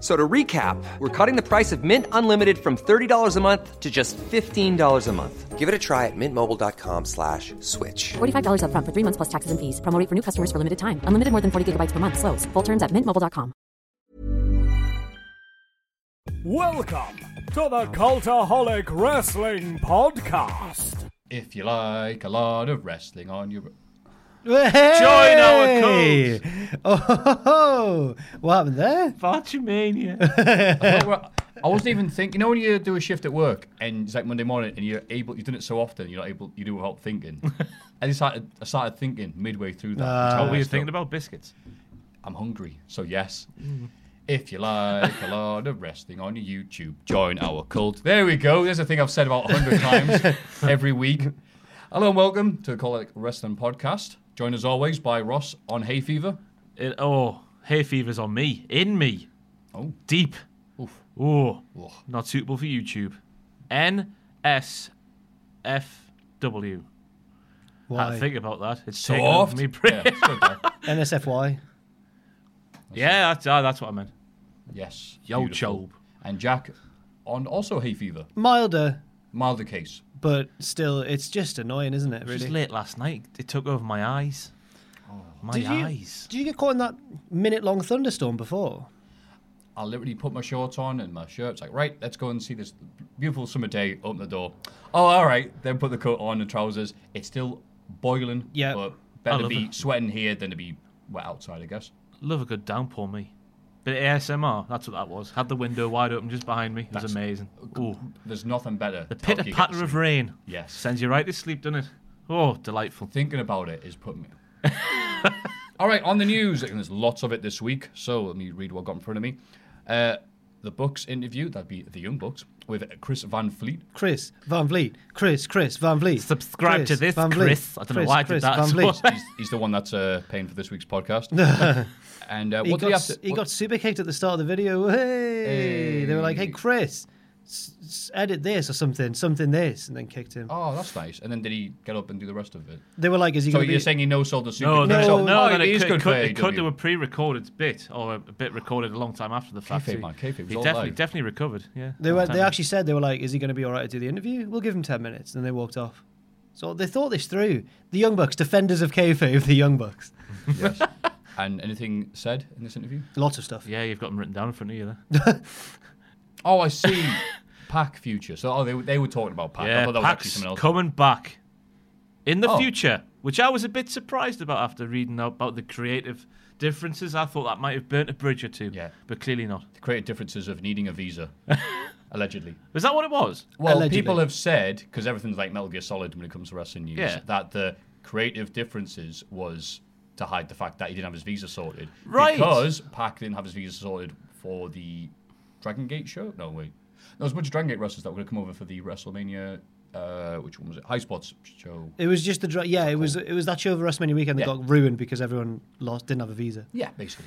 So to recap, we're cutting the price of Mint Unlimited from $30 a month to just $15 a month. Give it a try at mintmobile.com slash switch. $45 upfront for three months plus taxes and fees. Promo rate for new customers for limited time. Unlimited more than 40 gigabytes per month. Slows. Full terms at mintmobile.com. Welcome to the Cultaholic Wrestling Podcast. If you like a lot of wrestling on your. Hey! Join Oh, ho, ho, ho. what happened there? Vartumania. I wasn't even thinking. You know when you do a shift at work and it's like Monday morning and you're able, you've done it so often, you're not able, you do without thinking. and I started, I started thinking midway through that. That's how What were you messed up. thinking about? Biscuits. I'm hungry, so yes. If you like a lot of wrestling on your YouTube, join our cult. There we go. There's a thing I've said about 100 times every week. Hello and welcome to the Colic Wrestling Podcast. Joined as always by Ross on Hay Fever. It, oh, hay fever's on me. In me. Oh. Deep. Oof. Oh. Ugh. Not suitable for YouTube. N S F W. Why? I think about that. It's taking over Soft. me brain. Yeah, Yeah, it's good though. NSFY. that's, ah, that's what I meant. Yes. Yo, beautiful. Job. And Jack on also hay fever. Milder, Milder case. but still, it's just annoying, isn't it? It was Really. just late last night. It took over my eyes. Oh. My Did you, eyes. did you get caught in that minute-long thunderstorm before? I literally put my shorts on and my shirt. It's like, right, let's go and see this beautiful summer day. Open the door. Oh, all right. Then put the coat on and trousers. It's still boiling. Yeah. But I better to love be it. sweating here than to be wet outside, I guess. Love a good downpour, me. Bit of ASMR. That's what that was. Had the window wide open just behind me. It was That's- amazing. Ooh. There's nothing better. The to help pitter you get to patter of sleep. rain. Yes. Sends you right to sleep, doesn't it? Oh, delightful. Thinking about it is putting me. All right, on the news, and there's lots of it this week, so let me read what I've got in front of me. Uh, the Bucks interview, that'd be the Young Bucks, with Chris Van Fleet. Chris Van Vliet. Chris. Chris Van Vliet. Subscribe Chris to this, Van Vliet. Chris. I don't know why I did Chris that. Van Vliet. He's, he's the one that's uh, paying for this week's podcast. and uh, He what do you got, have s- to. he what- got super kicked at the start of the video. Hey! They were like, hey, Hey. Chris, s- s- edit this or something, something this, and then kicked him. oh, that's nice. And then did he get up and do the rest of it? They were like, is he So going to you're be... saying he no sold the super No, No. no, so- no, oh, then it it, is could, could, good for it could do AEW. a pre-recorded bit or a, a bit recorded a long time after the fact. Kayfabe, too. man, kayfabe's he all definitely, live. definitely recovered. Yeah, They long were. time They ago. actually said they were like, "Is he going to be all right to do the interview? We'll give him ten minutes." And they walked off. So they thought this through. The Young Bucks, defenders of kayfabe, the Young Bucks. Yes. and anything said in this interview? Lots of stuff. Yeah, you've got them written down in front of you there. Oh, I see. Pack future. So oh, they, they were talking about Pack. I yeah, thought that was actually Pax something else. coming back in the Oh. future, which I was a bit surprised about after reading about the creative differences. I thought that might have burnt a bridge or two. Yeah. but clearly not. Created differences of needing a visa, allegedly. Was that what it was? Well, Allegedly. people have said because everything's like Metal Gear Solid when it comes to wrestling news Yeah. that the creative differences was to hide the fact that he didn't have his visa sorted. Right. Because Pac didn't have his visa sorted for the Dragon Gate show. No wait, there was a bunch of Dragon Gate wrestlers that were going to come over for the WrestleMania. Uh, which one was it? High Spots show. It was just the dra- yeah. It was it was that show over WrestleMania weekend that Yeah. got ruined because everyone lost didn't have a visa. Yeah, basically.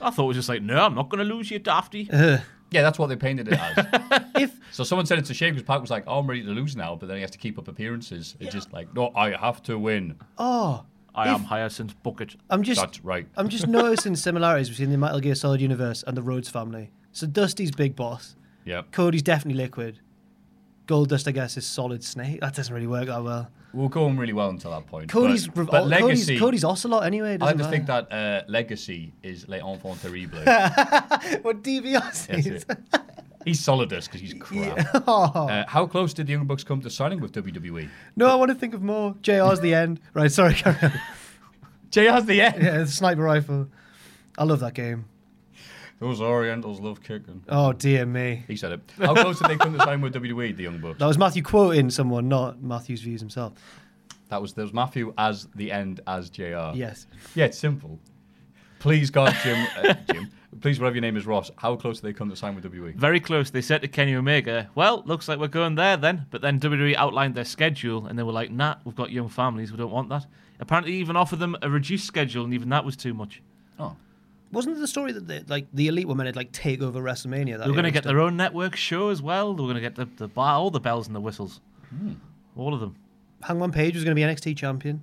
I thought it was just like, no, I'm not going to lose you, Dafty. Uh-huh. Yeah, that's what they painted it as. If so someone said it's a shame because Pac was like, "Oh, I'm ready to lose now," but then he has to keep up appearances. It's just like, no, I have to win. oh, I am Hyacinth Bucket. I'm just That's right. I'm just noticing similarities between the Metal Gear Solid universe and the Rhodes family. So Dusty's Big Boss, Yeah. Cody's definitely Liquid, Gold Dust I guess is Solid Snake. That doesn't really work that well. We're going really well until that point. Cody's but, re- oh, but legacy. Cody's, Cody's Ocelot anyway. I doesn't like to think matter. that uh, legacy is les enfants terribles. what DiBiase That's is. it. He's solidus because he's crap. Uh, how close did the Young Bucks come to signing with E? WWE? No, I want to think of more. JR's the end. Right, sorry. carry on. JR's the end. yeah, the sniper rifle. I love that game. Those Orientals love kicking. Oh dear me. He said it. How close did they come to sign with WWE, the Young Bucks? That was Matthew quoting someone, not Matthew's views himself. That was, there was Matthew as the end as JR. Yes. Yeah, it's simple. Please, God, Jim, uh, Jim, please, whatever your name is, Ross, how close do they come to sign with E? WWE? Very close. They said to Kenny Omega, "Well, looks like we're going there then." But then WWE outlined their schedule, and they were like, "Nah, we've got young families. We don't want that." Apparently, even offered them a reduced schedule, and even that was too much. Oh, Wasn't it the story that they, like the elite women had like take over WrestleMania? That They were going to year get and their own network show as well. They were going to get the the bar, all the bells and the whistles, Hmm. all of them. stuff? Hangman Page was going to be NXT champion.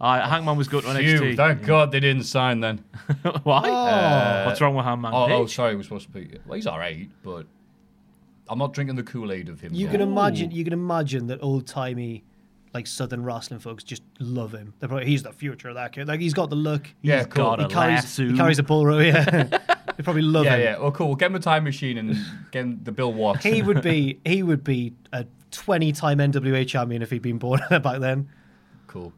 Aye, Hangman was going to Oh. phew, Oh. NXT. thank God they didn't sign then. Why? Uh, What's wrong with Hangman? Oh, oh, Page? sorry, we're supposed to be. Well, he's all right, but I'm not drinking the Kool Aid of him. You yet. can imagine. You can imagine that old timey, like southern wrestling folks just love him. They're probably he's the future of that kid. Like he's got the look. Yeah, He's cool. got he a carries, lasso. he carries a bull rope. Yeah, they probably love Yeah, him. yeah. Well, cool. We'll get him a time machine and get him the Bill Watts. He would be. He would be a twenty-time NWA champion if he'd been born back then. cool.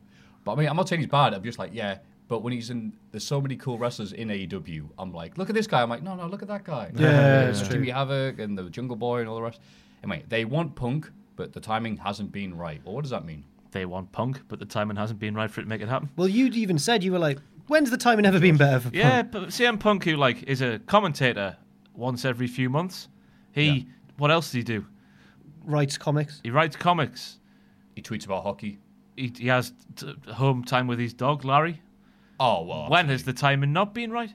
But I mean, I'm not saying he's bad. I'm just like, yeah. But when he's in, there's so many cool wrestlers in AEW. I'm like, look at this guy. I'm like, no, no, look at that guy. Yeah, it's Jimmy Havoc and the Jungle Boy and all the rest. Anyway, they want Punk, but the timing hasn't been right. Well, what does that mean? They want Punk, but the timing hasn't been right for it to make it happen. Well, you'd even said you were like, "When's the timing ever been better for?" Punk?" Yeah, but CM Punk, who like is a commentator once every few months, he Yeah. what else does he do? writes comics. He writes comics. He tweets about hockey. He, he has t- home time with his dog Larry. Oh well. When has the timing not been right?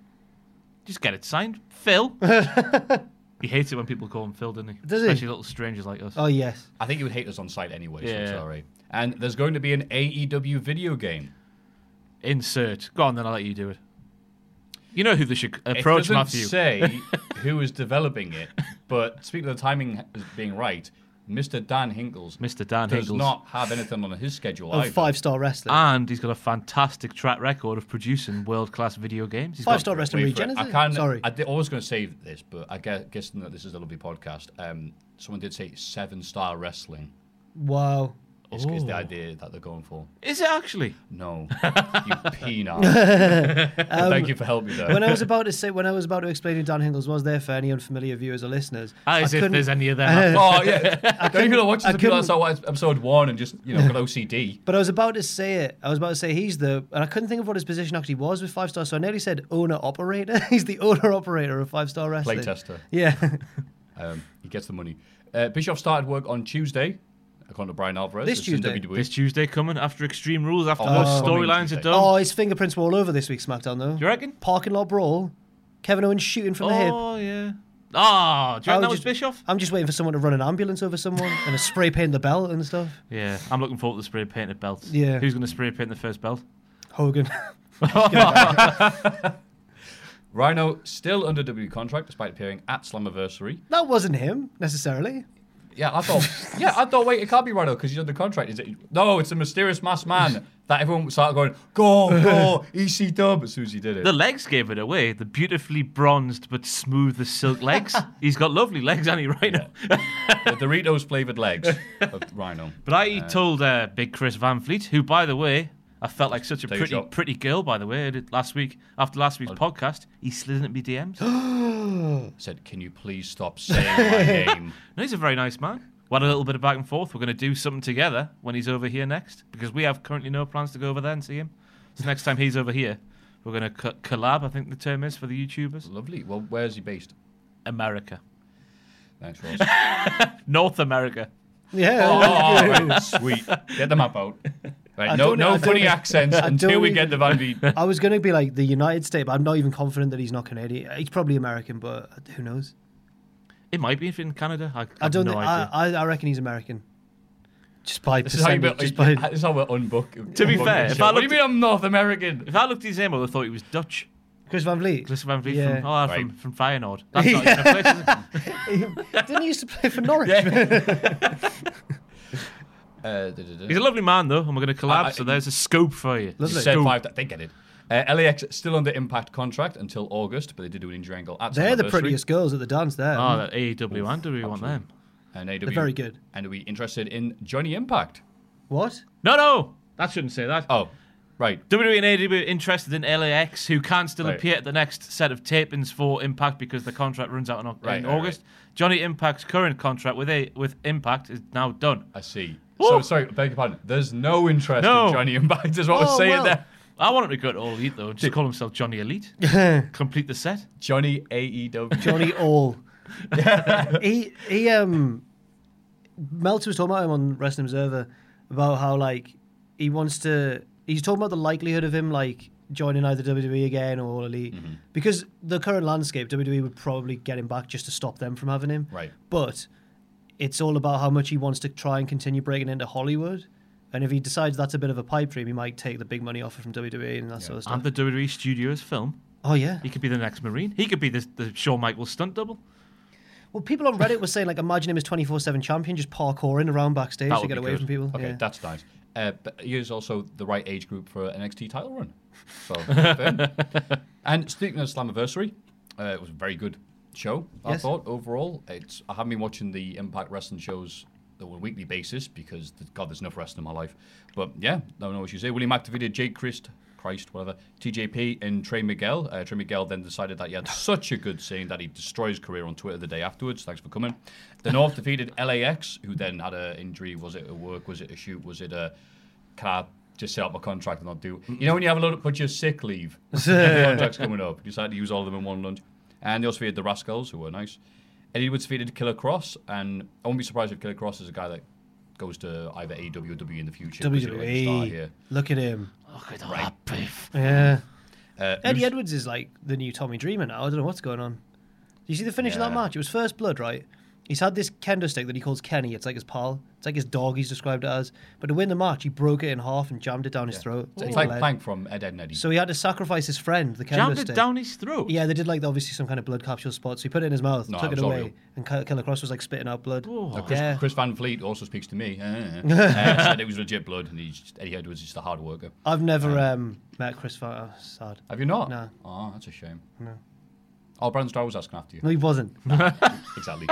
Just get it signed, Phil. he hates it when people call him Phil, doesn't he? Does he? Especially little strangers like us. Oh yes. I think he would hate us on site anyway. So it's Yeah. all right. And there's going to be an AEW video game. Insert. Go on, then I'll let you do it. You know who they should approach, it doesn't Matthew. say who is developing it, but speaking of the timing as being right, Mr. Dan Hinkles Mr. Dan does Hinkles. not have anything on his schedule Of either. five-star wrestling. and he's got a fantastic track record of producing world-class video games. He's got- five-star wrestling Wait for it. regen. Is I it? can Sorry. I, did, I was going to say this, but I guess, guessing that this is a lovely podcast, um, someone did say seven star wrestling wow. is, is the idea that they're going for. Is it actually? No, you peanut. But thank you for helping me there. Um, when I was about to say, when I was about to explain who Dan Hinkles was, there for any unfamiliar viewers or listeners, Ah, As I if couldn't- there's any of them. Oh yeah, the only people that watch I this are people couldn't- that saw episode one and just you know got OCD. But I was about to say it. I was about to say he's the, and I couldn't think of what his position actually was with five star. So I nearly said owner operator. he's the owner operator of five star wrestling. Playtester. Yeah. Um, he gets the money. Uh, Bischoff started work on Tuesday, according to Brian Alvarez. This It's in E. Tuesday. WWE. this Tuesday coming after Extreme Rules, after Oh, those it's coming storylines are Tuesday. done. oh, his fingerprints were all over this week's SmackDown though. Do you reckon? Parking lot brawl. Kevin Owens shooting from the hip. Oh, yeah. Ah, do you I reckon that was just- Bischoff? I'm just waiting for someone to run an ambulance over someone and a spray paint the belt and stuff. Yeah, I'm looking forward to the spray painted belts. Yeah. Who's going to spray paint the first belt? Hogan. Rhino still under WWE contract despite appearing at Slammiversary. that wasn't him necessarily. Yeah, I thought. yeah, I thought. Wait, it can't be Rhino because he's under contract. Is it? No, it's a mysterious masked man that everyone started going go go EC Dub as soon as he did it. The legs gave it away. The beautifully bronzed but smooth as silk legs. He's got lovely legs, hasn't he, right now? The Doritos flavored legs of Rhino. But I told uh, Big Chris Van Fleet, who, by the way, I felt like such a Take a pretty, shot. pretty girl, by the way, I did last week after last week's podcast. He slid into me DMs. no, Said, can you please stop saying my name? he's a very nice man. We had a little bit of back and forth. We're going to do something together when he's over here next, because we have currently no plans to go over there and see him. So next time he's over here, we're going to co- collab. I think the term is for the YouTubers. Lovely. Well, where's he based? America, Thanks, Ross. North America. Yeah. Oh, sweet. Get the map out. Right, no don't- I no don't- funny accents until don't e- we even- get the Van V. Oh. I was going to be like the United States, but I'm not even confident that he's not Canadian. He's probably American, but who knows? It might be if in Canada. I, I, I don't. have no think, idea. I, I, I reckon he's American. Just by This is how you percentage. Just build- by. this is how we're unbook. To be unbook fair, the if show. I what do you looked- mean I'm North American? if I looked at his name, I would have thought he was Dutch. Chris Van Vliet. Chris Van Vliet Yeah. from, oh, Right. from, from Feyenoord. That's not even a place, is it? Didn't he used to play for Norwich? Uh, da, da, da. He's a lovely man, though, and we're going to collab, I- so there's a scope for you. You Lovely. said Go. five. They get it. Uh, LAX still under impact contract until August, but they did do an injury angle at They're the Slammiversary. prettiest girls at the dance there. Oh, that AEW and do we want them? And AW, They're very good. And are we interested in Johnny Impact? what? No, no, that shouldn't say that. Oh, Right. WWE and AEW interested in LAX, who can still Right. appear at the next set of tapings for Impact because the contract runs out in, Oc- Right, in right, August. Johnny Impact's current contract with a with Impact is now done. I see. Ooh. So sorry, beg your pardon. There's no interest No. in Johnny Impact, is what Oh, I was saying well. there. I want him to go to All Elite though. Just call himself Johnny Elite. Complete the set. Johnny E AEW. Johnny All. he he um Meltzer was talking about him on Wrestling Observer about how like he wants to he's talking about the likelihood of him like joining either WWE again or All Elite. Because the current landscape, WWE would probably get him back just to stop them from having him. Right. But it's all about how much he wants to try and continue breaking into Hollywood. And if he decides that's a bit of a pipe dream, he might take the big money offer from WWE and that sort of And stuff. the WWE Studios film. Oh yeah. He could be the next Marine. He could be the, the Shawn Michaels stunt double. Well, people on Reddit were saying like, imagine him as twenty four seven champion, just parkouring around backstage That to would get be away good. from people. Okay, yeah. that's nice. Uh, but he is also the right age group for an NXT title run. So, fair. and speaking of Slammiversary, uh, it was a very good show. I Yes. thought overall, it's I haven't been watching the Impact Wrestling shows on a weekly basis because th- God, there's enough wrestling in my life. But yeah, no, no issues there. William activated Jake Christ, Christ, whatever, TJP, and Trey Miguel. Uh, Trey Miguel then decided that he had such a good scene that he destroyed his career on Twitter the day afterwards. Thanks for coming. The North defeated LAX, who then had an injury. Was it a work? Was it a shoot? Was it a can I just set up my contract and not do? You know when you have a lot of bunch of sick leave, Your contract's coming up. You decide to use all of them in one lunch. And they also defeated the Rascals, who were nice. Eddie Edwards defeated Killer Cross, and I won't be surprised if Killer Cross is a guy that goes to either AEW or WWE in the future. 'cause he's like a star WWE. here. E, Look at him. Look at all that beef. Yeah. Uh, Eddie Uso- Edwards is like the new Tommy Dreamer now. I don't know what's going on. Do you see the finish of that Yeah. match? It was first blood, right? He's had this kendo stick that he calls Kenny. It's like his pal. It's like his dog. He's described it as. But to win the match, he broke it in half and jammed it down his throat. It's He like bled. Plank from Ed, Ed and Eddie. So he had to sacrifice his friend, the kendo Jammed stick. it down his throat. Yeah, they did like obviously some kind of blood capsule spot. So he put it in his mouth, No, took it it was away, unreal. and Ki- Killer Cross was like spitting out blood. Now, Chris, Yeah. Chris Van Fleet also speaks to me. Uh, uh, said it was legit blood, and he's just, Eddie Edwards is just a hard worker. I've never um, met Chris Farr. Oh, sad. Have you not? No. Oh, that's a shame. No. Oh, Brandon Starr was asking after you. No, he wasn't. exactly.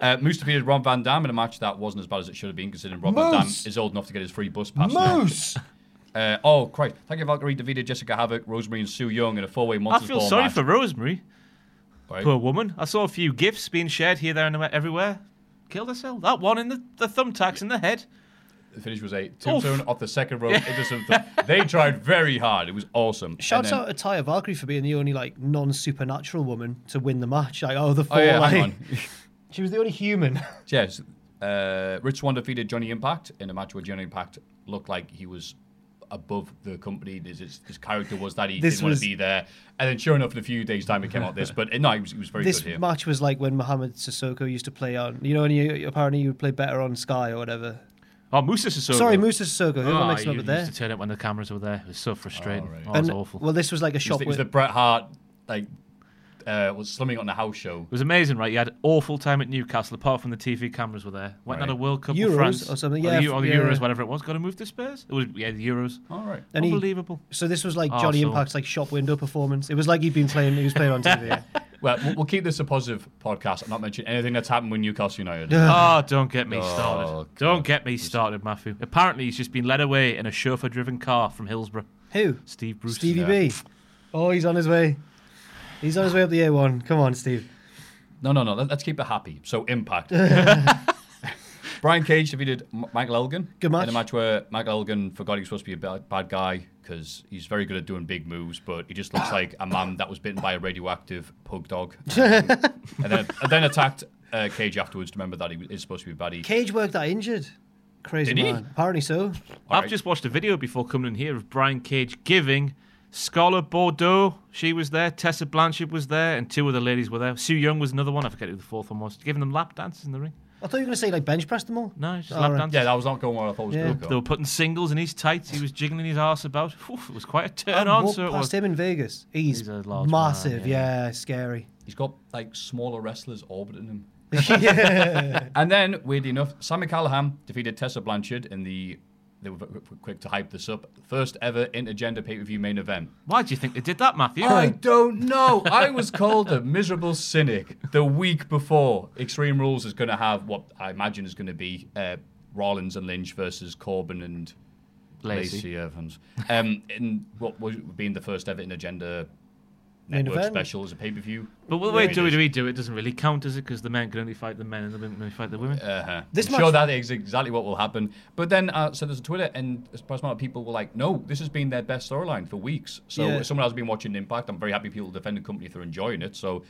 Uh, Moose defeated Ron Van Dam in a match that wasn't as bad as it should have been, considering Ron Van Dam Moose! is old enough to get his free bus pass. Moose! Uh, oh, Christ. Thank you, Valkyrie defeated Jessica Havoc, Rosemary, and Sue Young in a four way I Monsters feel Ball sorry match. for Rosemary, Right? poor woman. I saw a few gifs being shared here, there, and everywhere. Killed herself. That one in the, the thumbtacks in the head. The finish was a tombstone off the second rope. into something. They tried very hard. It was awesome. And Shouts then- out to Tyre Valkyrie for being the only like non-supernatural woman to win the match. Like, oh, the four. Oh, yeah, hang like- on. She was the only human. Yes. Uh, Rich Swan defeated Johnny Impact in a match where Johnny Impact looked like he was above the company. His, his, his character was that he This didn't want was- to be there. And then, sure enough, in a few days' time, it came out this. But uh, no, he was, he was very this good here. match was like when Mohamed Sissoko used to play on. You know, and you, apparently you would play better on Sky or whatever. Oh, Moose is so Sorry, good. Oh, Musa Sissoko. Who Ah, am I mixing up you with there? used to turn up when the cameras were there. It was so frustrating. Oh, it was And- awful. Well, this was like a it was, shop. the, it was the where- Bret Hart like uh, was slumming on the house show. it was amazing, right? You had awful time at Newcastle, apart from the TV cameras were there. Went Right. on a World Cup Euros with France or something, the, yeah, Eu- or the yeah. Euros, whatever it was. Got to move to Spurs. It was yeah, the Euros. All right. And he- Unbelievable. so this was like Ah, Oh, Johnny so- Impact's like shop window performance. It was like he'd been playing. He was playing on TV. Well, we'll, we'll keep this a positive podcast and not mention anything that's happened with Newcastle United. Oh, don't get me started. Oh, Don't get me started, Matthew. Apparently, he's just been led away in a chauffeur-driven car from Hillsborough. Who? Steve Bruce. Stevie B. Oh, he's on his way. He's on his way up the A1. Come on, Steve. No, no, no. Let, us keep it happy. So impact. Brian Cage defeated M- Michael Elgin Good match. in a match where Michael Elgin forgot he was supposed to be a bad, bad guy because he's very good at doing big moves, but he just looks like a man that was bitten by a radioactive pug dog, Um, and then, and then attacked uh, Cage afterwards to remember that he is supposed to be a baddie. Cage worked that injured. Crazy Did he? man. Apparently so. I've right. just watched a video before coming in here of Brian Cage giving Scarlett Bordeaux. She was there. Tessa Blanchard was there, and two other ladies were there. Sue Young was another one. I forget who the fourth one was. Giving them lap dances in the ring. I thought you were going to say like bench press them all. No, it's just Oh, lap right. dances. yeah, that was not going where I thought it was Yeah. going to They go. were putting singles in his tights. He was jiggling his arse about. Oof, it was quite a turn I on. walked So it past was. him in Vegas. He's, He's a large massive. man, yeah. scary. He's got like smaller wrestlers orbiting him. And then, weirdly enough, Sammy Callahan defeated Tessa Blanchard in the. They were v- v- quick to hype this up. First ever intergender pay per view main event. Why do you think they did that, Matthew? I don't know. I was called a miserable cynic the week before. Extreme Rules is going to have what I imagine is going to be uh, Rollins and Lynch versus Corbin and Lacey, Evans. Um, in what was being the first ever in agenda Main network event. special as a pay per view. But the way There it is. WWE do it doesn't really count, does it? Because the men can only fight the men and the women can only fight the women. Uh-huh. This I'm sure match- that is exactly what will happen. But then, uh, so there's a Twitter, and a surprising amount of people were like, "No, this has been their best storyline for weeks." So Yeah. if someone has been watching Impact. I'm very happy people defend the company if they're enjoying it. So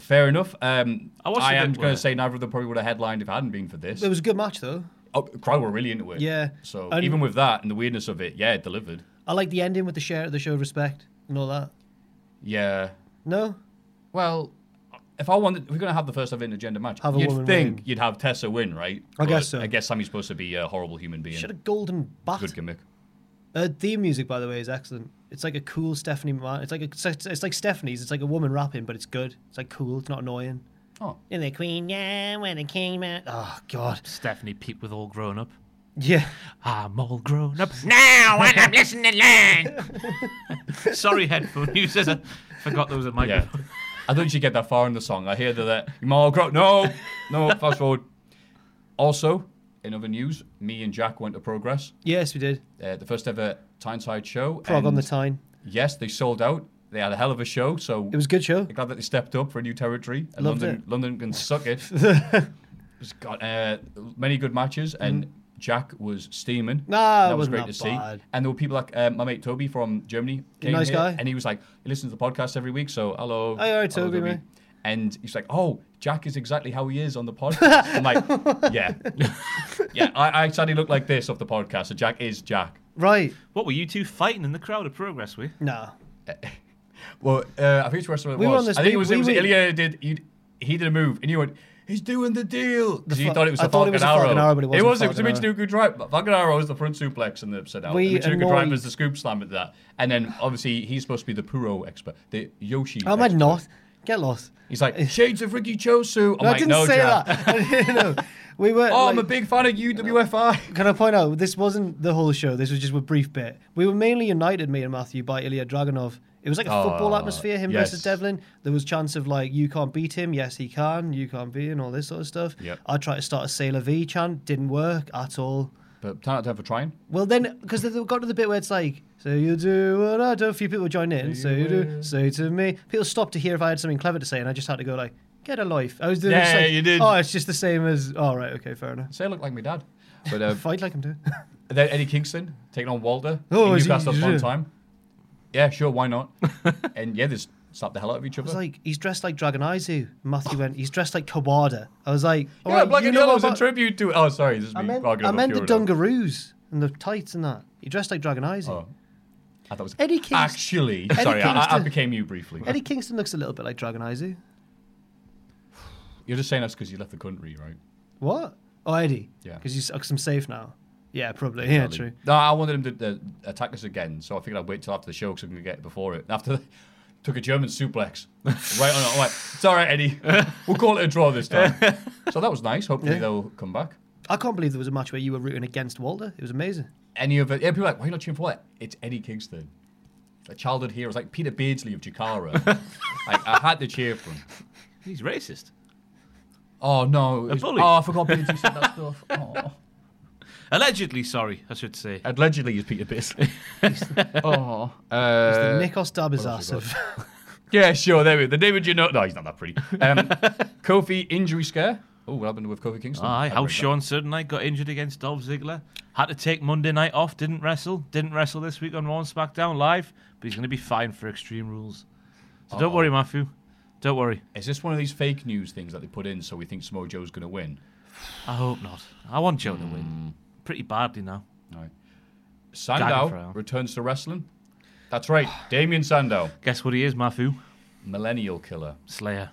fair enough. Um, I watched I a am bit going where- to say neither of them probably would have headlined if it hadn't been for this. It was a good match though. Oh, the crowd were really into it. Yeah. So And- even with that and the weirdness of it, yeah, it delivered. I like the ending with the share the show of respect and all that. Yeah. No, Well, if I wanted, if we're going to have the first ever agenda match, Have a you'd woman think win. you'd have Tessa win, right? I guess so. I guess Sammy's supposed to be a horrible human being. should have golden bat. Good gimmick. Her Uh, theme music, by the way, is excellent. It's like a cool Stephanie. Ma- it's like a, it's, it's like Stephanie's. It's like a woman rapping, but it's good. It's like cool. It's not annoying. Oh. And the queen, yeah, when it came out. Oh God. Stephanie peep with all grown up. Yeah. I'm all Ah, grown up now and I'm listening learn. Sorry, headphone users. I forgot there was a Yeah. microphone. I don't usually get that far in the song. I hear that, that you're all grown. No, no, fast forward. Also, in other news, me and Jack went to Progress, Yes, we did. uh, the first ever Tyneside show. Prog on and the time. Yes, they sold out. They had a hell of a show. So It was a good show. I'm glad that they stepped up for a new territory. And Loved London, it. London can suck it. it's got uh, many good matches, and Jack was steaming. Mm. Nah, And it that was wasn't great that to bad. see. And there were people like uh, my mate Toby from Germany. Came Nice here, guy. And he was like, he listens to the podcast every week. So hello, Hey, all right, hello, Toby, mate. And he's like, oh, Jack is exactly how he is on the podcast. I'm like, yeah, yeah. I, I sadly look like this off the podcast. So Jack is Jack. Right. What were you two fighting in the crowd of progress with? Nah. Well, uh, I think it's wrestling. We were was. on this I think big- it was, we it was were- Ilya did he, he did a move and you went, he's doing the deal because he fa- thought it was I the thought it Falcon was a Falcon Arrow, but it It wasn't was. It was Falcon the Michinoku Drive. Falcon Arrow was the front suplex and the upside down. We The Michinoku Drive annoyed- was the scoop slam at that. And then obviously he's supposed to be the Puro expert, the Yoshi. How Oh, am I expert. not? Get lost. He's like shades of Ricky Chosu. I'm No, I like, didn't no, say Jack. that. I didn't know. We were. Oh, I'm a like- big fan of UWFI. Can I point out this wasn't the whole show? This was just a brief bit. We were mainly united, me and Matthew, by Ilya Dragunov. It was like a football Oh, atmosphere. Him yes. versus Devlin. There was chance of like, you can't beat him. Yes, he can. You can't beat him. All this sort of stuff. Yep. I tried to start a Sailor V chant. Didn't work at all. But turn out to have a trying. Well, then, because they got to the bit where it's like, so you do what I do. A few people joined in. So you do. Say to me. People stopped to hear if I had something clever to say, and I just had to go like, get a life. I was doing. Yeah, just like, you did. Oh, it's just the same as. All right. Okay. Fair enough. Say I look like my dad. But uh, Fight like I'm doing. And then Eddie Kingston taking on Walder Oh, in is he- Newcastle is one it? time. Yeah, sure, why not? and yeah, they just slapped the hell out of each I other. was like, he's dressed like Dragon Izu. Matthew went, he's dressed like Kawada. I was like, all yeah, right, Black you and know Yellow's a about- tribute to. Oh, sorry, this is me. I meant, arguing I about meant the Pure Dog. dungaroos and the tights and that. He dressed like Dragon Izu. Oh. I thought it was Eddie Kingston- Actually, Eddie sorry, I, I Kingston- became you briefly. Eddie Kingston looks a little bit like Dragon Izu. You're just saying that's because you left the country, right? What? Oh, Eddie. Yeah. Because he's I'm safe now. Yeah, probably. Yeah, Probably. true. No, I wanted him to uh, attack us again, so I figured I'd wait till after the show because I can get it before it. After the, took a German suplex right on it. I'm like, it's all right, Eddie. We'll call it a draw this time. so that was nice. Hopefully they'll come back. I can't believe there was a match where you were rooting against Walter. It was amazing. any of it. Yeah, people are like, why are you not cheering for that? It's Eddie Kingston. A childhood hero. It's like Peter Beardsley of Jakara. like, I had to cheer for him. He's racist. Oh, no. it was- bully. Oh, I forgot Beardsley said that stuff. Oh. Allegedly, sorry, I should say. Allegedly, he's Peter Beardsley. oh. Uh, It's the Nikos Dabazas of. yeah, sure. There we go. The David you know. No, he's not that pretty. Um, Kofi injury scare. Oh, what happened with Kofi Kingston? Aye, I'd how read that. Sean Sutton Knight got injured against Dolph Ziggler. Had to take Monday night off, didn't wrestle. Didn't wrestle this week on Raw and SmackDown Live, but he's going to be fined for Extreme Rules. So don't worry, Matthew. Don't worry. Is this one of these fake news things that they put in so we think Samoa Joe's going to win? I hope not. I want Joe to win. Pretty badly now. All right. for hell. Sandow returns to wrestling. That's right. Damien Sandow, Guess what he is, Matthew? millennial killer. Slayer.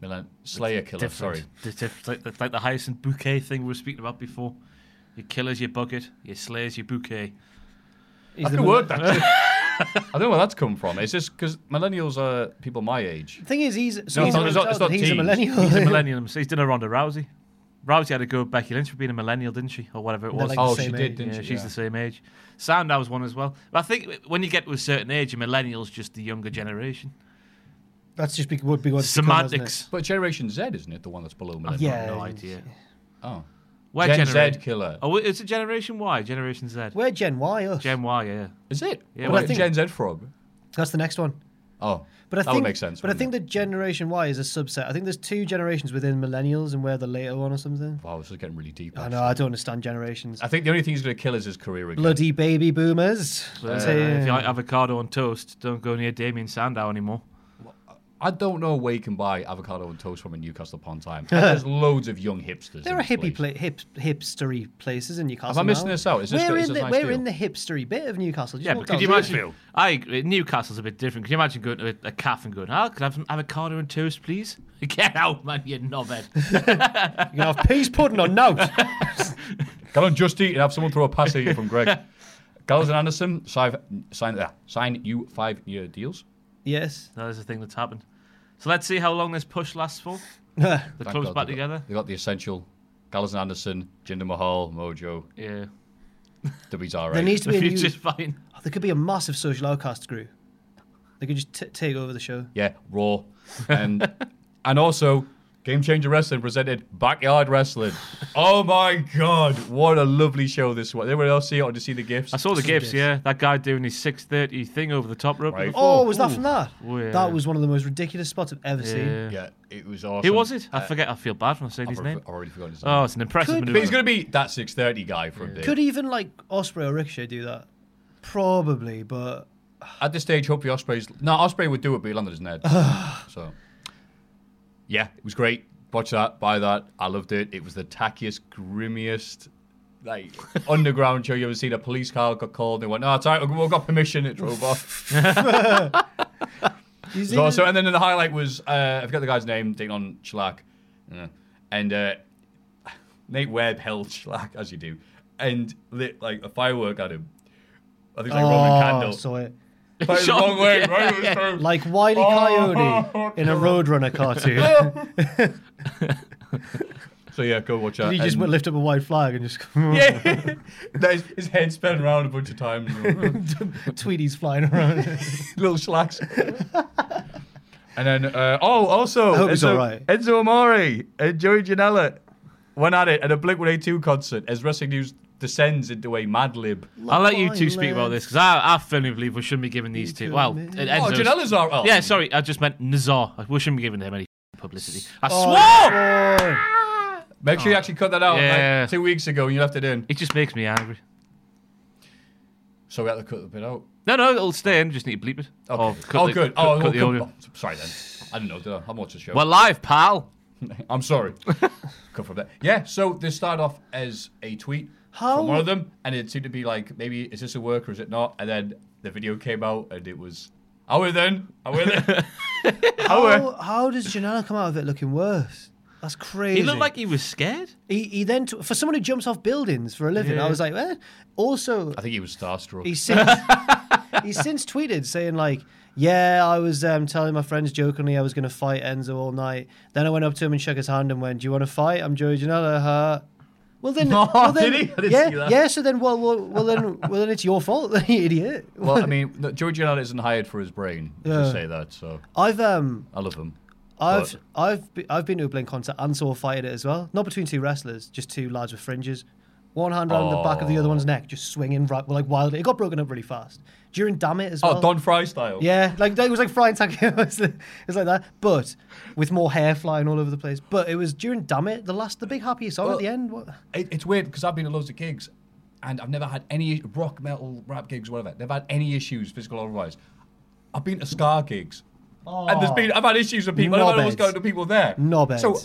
Milan Slayer killer. Different. Sorry. It's diff- It's like, it's like the Hyacinth bouquet thing we were speaking about before. Your killer's your bucket, your slayer's your bouquet. He's the Good word. That. I don't know where that's come from. It's just because millennials are people my age. The thing is, he's. So No, he's, it's not- it's not- it's not he's a teens. millennial. He's a millennial himself. He's done a Ronda Rousey. Rousey had to go with Becky Lynch for being a millennial, didn't she? Or whatever it They're like was. the Oh, same she age. did, didn't yeah, she? she's Yeah. the same age. Sandow was one as well. But I think when you get to a certain age, a millennial's just the younger generation. That's just be, would be what it's become, hasn't it? Semantics. But Generation Z isn't it the one that's below millennial? Yeah. No idea. Oh, We're Gen genera- Z killer. Oh, it's a Generation Y, Generation Z. Where Gen Y? Us. Gen Y, yeah. Is it? Yeah, Where but I did think- Gen Z from? That's the next one. Oh, But I that think, would make sense. But I think wouldn't the Generation Y is a subset. I think there's two generations within millennials, and we're the later one or something. it? Wow, this is getting really deep. I actually. know. I don't understand generations. I think the only thing he's going to kill is his career again. Bloody baby boomers. Uh, Tell you. If you like avocado on toast, don't go near Damien Sandow anymore. I don't know where you can buy avocado and toast from in Newcastle upon Tyne. And There's loads of young hipsters. there in are this hippie place. pla- hip, hipstery places in Newcastle. Am I missing now. this out? Is this we're good- is in this the, nice we're deal? in the hipstery bit of Newcastle. Just Yeah, walk but down could you the imagine? street. I agree, Newcastle's a bit different. Could you imagine going to a, a cafe and going, "Oh, could I have some avocado and toast, please?" Get out, man, you knobhead. You can have peas pudding or nout. Can I just eat and have someone throw a pass at you from Greg? Gallows and Anderson sign, sign, uh, sign you five year deals. yes. that is the thing that's happened. So let's see how long this push lasts for. the Thank club's God back they got- together. They got the essential Gallows and Anderson, Jinder Mahal, Mojo, Yeah, W's all right. There needs to the be a new. future's fine. Oh, there could be a massive social outcast group. They could just t- take over the show. Yeah, Raw. And, and also, Game Changer Wrestling presented Backyard Wrestling. Oh my God, what a lovely show this was. Everyone else see it or just see the gifs? I saw the gifs. gifs. Yeah, that guy doing his six thirty thing over the top rope. Right. Oh, was that from that? Oh, yeah. That was one of the most ridiculous spots I've ever seen. Yeah. Yeah, it was awesome. Uh, Who was it? I forget. I feel bad for saying I've his name. already- already forgotten his name. Oh, it's an impressive Could- maneuver. but he's going to be that 630 guy for a day. Could even like Osprey or Ricochet do that? Probably, but At this stage, hopefully Osprey's. No, Osprey would do it, but he landed his head. so, yeah, it was great. Watch that, buy that. I loved it. It was the tackiest, grimmiest, like underground show you ever seen. A police car got called. And they went, "No, it's all right. We got permission." It drove off. you see So, so- and then the highlight was uh, I forget the guy's name, taking on Schlack, Yeah. and uh, Nate Webb held Schlack as you do, and lit like a firework at him. I think it's like Roman oh, candle. saw it. But it's the wrong way, right? It was so- Like Wiley Oh. Coyote in a Roadrunner cartoon. So yeah, go watch that. he just And- went, lift up a white flag and just Yeah, No, his, his head spun around a bunch of times. Tweety's flying around. Little slacks. and then, uh, oh, also, I hope Enzo, he's all right. Enzo Amore and Joey Janela went at it at a Blink 182 concert as wrestling news descends into a Mad Lib. I'll let you two Fine, speak about this lads. because I, I firmly believe we shouldn't be giving these two. Well, it Oh, Enzo's- Janela's all right. Yeah, sorry, I just meant Nazar. We shouldn't be giving him any publicity. I Oh, swore! boy. Make sure you actually cut that out Yeah. like Oh. two weeks ago and you left it in. It just makes me angry. So we had to cut the bit out. No, no, it'll stay in. Just need to bleep it. Okay. Or cut oh, the- good. cut- oh, cut the good. audio. Oh, sorry then. I didn't know. Did I? I'm watching the show. We're live, pal. I'm sorry. Come from that. Yeah, so they started off as a tweet How- from one of them, and it seemed to be like, maybe is this a work or is it not? And then the video came out, and it was, "How we then? How we then? How we?" How, how does Janela come out of it looking worse? That's crazy. Oh, He looked like he was scared. he, he then t- for someone who jumps off buildings for a living. I was like, eh. also I think he was starstruck. he's since he's since tweeted saying like, yeah, I was um, telling my friends jokingly I was going to fight Enzo all night. Then I went up to him and shook his hand and went, "Do you want to fight? I'm Joey Janela." uh, Huh? Well then, Oh, well then- did he? I didn't yeah, see that. yeah. So then, well, well, well then, well then, it's your fault, you idiot. well, I mean, no, George Giannotti isn't hired for his brain. Yeah. Just say that. So I've um, I love him. I've But- I've be, I've been to a blink concert and saw a fight at it as well. Not between two wrestlers, just two lads with fringes. One hand around the back of Oh. the other one's neck, just swinging right, like wildly. It got broken up really fast. During Damn It as well. Oh, Don Fry style. Yeah, like it was like frying taco. it was it was like that, but with more hair flying all over the place. But it was during Damn It, the last, the big happy song Well- at the end. What? It, it's weird because I've been to loads of gigs, and I've never had any rock, metal, rap gigs, whatever. Never had any issues, physical or otherwise. I've been to ska gigs, and there's been I've had issues with people. I don't know what's Knobheads. going to people there. Knobheads. So,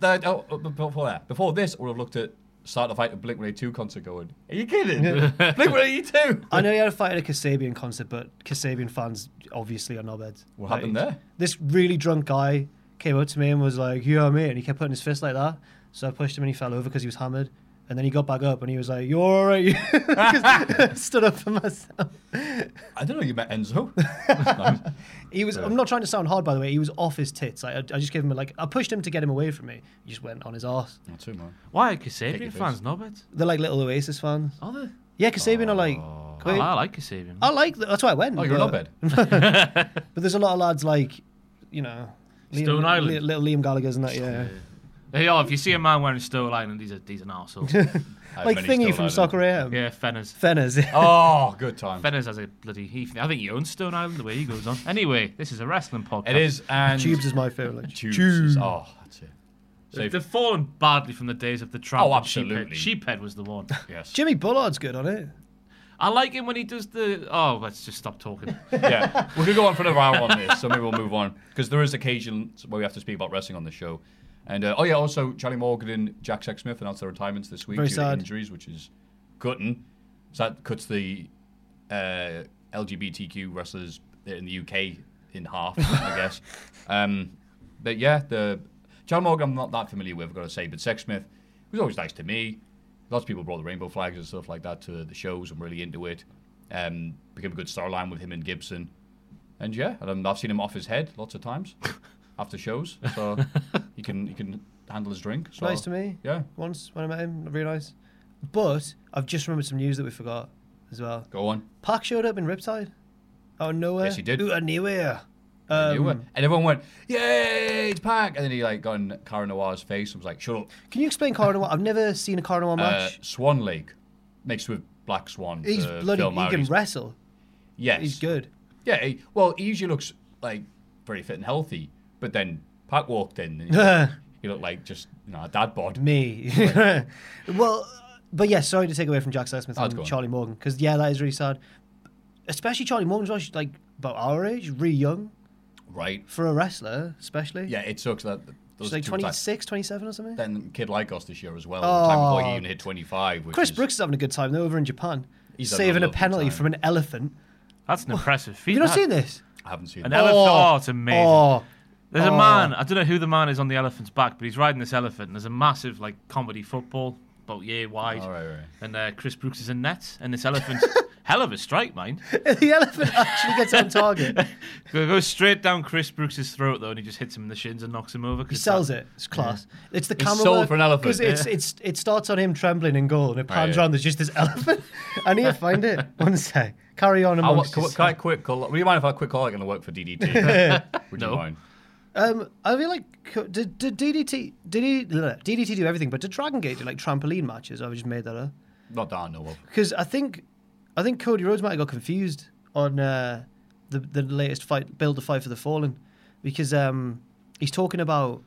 the, oh, uh, b- before that, before this, I would have looked at start the fight at Blink One Eight Two concert. Going, are you kidding? Blink One Eight Two. I know you had a fight at a Kasabian concert, but Kasabian fans obviously are knobheads. What happened there? This really drunk guy came up to me and was like, "You all right, mate," and he kept putting his fist like that. So I pushed him and he fell over because he was hammered. And then he got back up and he was like, "You're all right." 'Cause- Stood up for myself. I don't know. You met Enzo. Nice. He was. I'm not trying to sound hard, by the way. He was off his tits. Like, I, I just gave him a, like. I pushed him to get him away from me. He just went on his ass. Not too much. Why are Take your Kasabian fans piss. knobheads? They're like little Oasis fans. Are they? Yeah, Kasabian are like. Oh, wait, I like Kasabian. I like. The, that's why I went. Oh, you're but, not bad. But there's a lot of lads like, you know, Stone Island. Li- little Liam Gallagher's and that. Yeah. They are. If you see a man wearing Stone Island, he's a he's an arsehole. I've like managed Thingy to from learn. Soccer AM. yeah, Fenners. Fenners. Oh, good time. Fenners has a bloody. He, I think he owns Stone Island the way he goes on. Anyway, this is a wrestling podcast. It is and Tubes is my favourite. Tubes is- oh, that's it. So They've fallen badly from the days of the tramp. Oh, and absolutely. Sheephead. Sheephead was the one. yes, Jimmy Bullard's good on it. I like him when he does the. Oh, let's just stop talking. yeah. We could go on for another hour on this, so maybe we'll move on because there is occasions where we have to speak about wrestling on the show. And uh, oh yeah, also Charlie Morgan and Jack Sexsmith announced their retirements this week Very due sad. to injuries, which is cutting. So that cuts the uh, LGBTQ wrestlers in the UK in half, I guess. Um, but yeah, the Charlie Morgan I'm not that familiar with, I've got to say, but Sexsmith was always nice to me. Lots of people brought the rainbow flags and stuff like that to the shows. I'm really into it. Um, became a good storyline with him and Gibson. And yeah, and um, I've seen him off his head lots of times after shows. So he can he can handle his drink. So, Nice to me. Yeah, Once when I met him, really nice. But I've just remembered some news that we forgot as well. go on. Pac showed up in Riptide. Out of nowhere. Yes, he did. Out of nowhere. Um, You were- and everyone went, "Yay, it's Pac!" And then he like got in Cara Noir's face and was like, "Shut up." Can you explain Carnival? I've never seen a Carnival Uh, match. Swan Lake, mixed with Black Swan. he's the bloody. film He can Aries. wrestle. Yes, He's good. Yeah, he, well, he usually looks like very fit and healthy, but then Pac walked in. And he, looked, he looked like just you know a dad bod. Me. well, but yeah, sorry to take away from Jack Sesmith That's and gone. Charlie Morgan because yeah, that is really sad. Especially Charlie Morgan's well. She's like about our age, really young Right? for a wrestler, especially. Yeah, it sucks that those She's like two were tied. 26, 27 or something. Then Kid Lycos this year as well. at the time before he Oh. even hit 25. Which Chris is, Brooks is having a good time. They're over in Japan, He's having a saving a lovely penalty time. from an elephant. That's an impressive feat. Have you not that. seen this? I haven't seen An that. elephant. Oh. Oh, it's amazing. Oh, There's Oh. a man. I don't know who the man is on the elephant's back, but he's riding this elephant. And there's a massive like comedy football, about year wide. Oh, All right, right. And uh, Chris Brooks is in net, and this elephant, hell of a strike, mind. the elephant actually gets on target. Go- goes straight down Chris Brooks's throat though, and he just hits him in the shins and knocks him over. He sells it. It's class. It's the camera sold work, for an elephant, 'cause It's, it's, it starts on him trembling in goal, and it pans yeah. around. There's just this elephant. I need to find it. One sec. Carry on I wa- amongst can, can I yourself. quick call? Would you mind if I quick call? I'm going to work for DDT. Would you No. mind? Um, I feel like co- did, did DDT did he, bleh, DDT do everything? But did Dragon Gate do like trampoline matches? I've just made that up Not that I know of. because I think I think Cody Rhodes might have got confused on uh, the the latest fight, build the fight for the Fallen, because um, he's talking about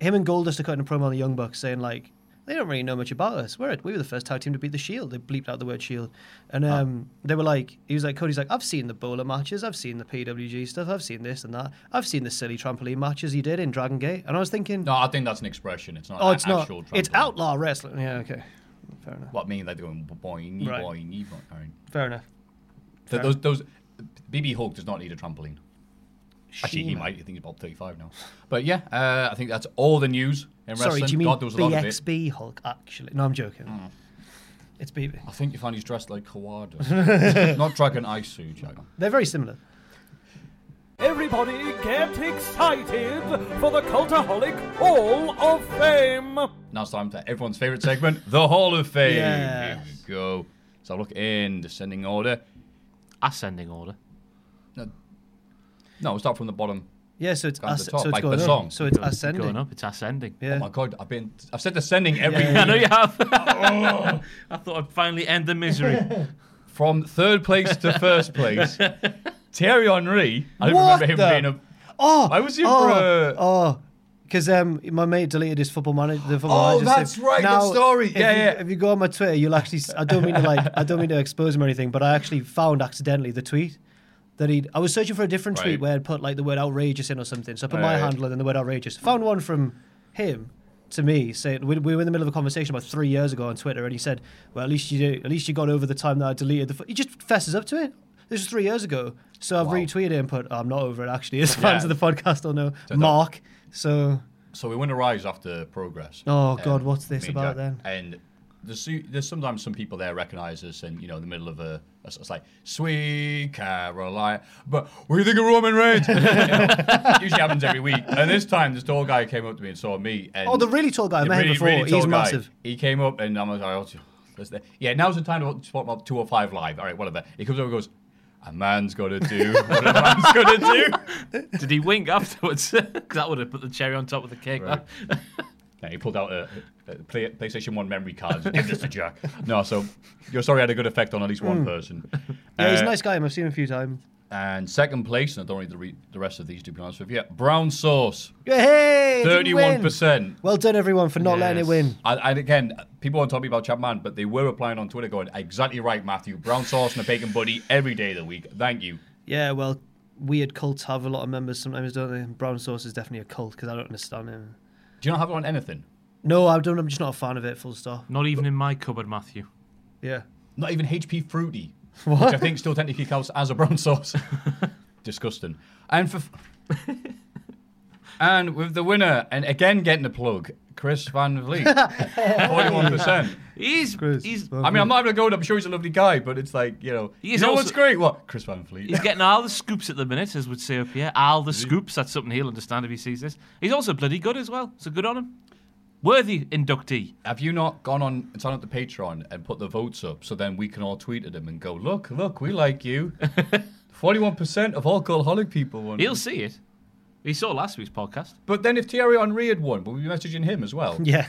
him and Goldust are cutting a promo on the Young Bucks saying like they don't really know much about us. We're we were the first tag team to beat the Shield. They bleeped out the word Shield, and um, they were like he was like Cody's like I've seen the bowler matches, I've seen the PWG stuff, I've seen this and that, I've seen the silly trampoline matches he did in Dragon Gate, and I was thinking, No, I think that's an expression. It's not. oh, an it's not, actual it's trampoline. outlaw wrestling. Yeah, okay, fair enough, What I mean? They're going boing, Right. boing, boing. fair enough. Th- Those, those. BB Hulk does not need a trampoline. Actually, he Shima. might. I think he's about 35 now. But yeah, uh, I think that's all the news in wrestling. Sorry, do you mean God, there was a lot of it. Hmm. BXB Hulk? Actually, no, I'm joking. It's BB. I think you find he's dressed like Kawada. not Dragon Ice Suit, Jack. They're very similar. Everybody get excited for the Cultaholic Hall of Fame! Now it's time for everyone's favourite segment, the Hall of Fame. Here Yes. we go. So look in descending order. Ascending order. No, we'll start from the bottom. Yeah, so it's Down the as- top, so it's like the going up. song. So it's Going- Going ascending. up. It's ascending. Oh Yeah. my god, I've been I've said descending every Yeah. week. I know you have. Oh. I thought I'd finally end the misery. From third place to first place. Thierry Henry. I don't What remember him the- being a Oh, I was here oh, for a- oh, because um, my mate deleted his football manager. The football Oh, manager that's thing. right, that Now, story. If Yeah, you, yeah. If you go on my Twitter, you'll actually. s- I don't mean to like. I don't mean to expose him or anything, but I actually found accidentally the tweet. That he, I was searching for a different Right. tweet where I'd put like the word outrageous in or something. So I put my Right. handle and then the word outrageous. Found one from him to me saying we, we were in the middle of a conversation about three years ago on Twitter, and he said, "Well, at least you do, at least you got over the time that I deleted the." Fo-. He just fesses up to it. This was three years ago, so I've Wow. retweeted it and put, "I'm not over it." Actually, as fans Yeah. of the podcast don't know Don't know. Mark. So So we went to rise after progress. Oh, God, what's this me and about then? And there's, su- there's sometimes some people there recognise us, and you know, in the middle of a, a s- it's like sweet Caroline. But what do you think of Roman Reigns? You know, usually happens every week. And this time, this tall guy came up to me and saw me. And Oh, the really tall guy. I The met him before. tall He's guy. massive. He came up and I'm like, oh, that's the- yeah, now's the time to spot about 205 live. All right, whatever. He comes over and goes, a man's got to do what a man's got to do. Did he wink afterwards? 'Cause that would have put the cherry on top of the cake. Right. No, he pulled out a, a play, PlayStation 1 memory card. Give this to Jack. No, so your story had a good effect on at least one person. Hmm. Yeah, he's a Uh, nice guy. I've seen him a few times. And second place, and I don't need to read the rest of these to be honest with you. Brown sauce, Hey, didn't win. 31%. Well done, everyone, for not letting it Yes. win. And, and again, people aren't talking about Chapman, but they were replying on Twitter going, exactly right, Matthew. Brown sauce and a bacon buddy every day of the week. Thank you. Yeah, well, weird cults have a lot of members sometimes, don't they? Brown sauce is definitely a cult because I don't understand it. Do you not have it on anything? No, I don't. I'm just not a fan of it. Full stop. Not even in my cupboard, Matthew. Yeah. Not even HP Fruity, which I think still technically counts as a brown sauce. Disgusting. And for. and with the winner, and again getting a plug, Chris Van Vliet, 41%. He's Chris. he's I mean, I'm not even going. I'm sure he's a lovely guy, but it's like you know, He you is know also- what's great? What Chris Van Fleet? he's getting all the scoops at the minute, as would say up here. All the scoops. That's something he'll understand if he sees this. He's also bloody good as well. So good on him. Worthy inductee. Have you not gone on and signed up to Patreon and put the votes up so then we can all tweet at him and go, look, look, we like you. Forty-one percent of alcoholic people won. He'll see it. He saw last week's podcast. But then if Thierry Henry had won, would we be messaging him as well? Yeah.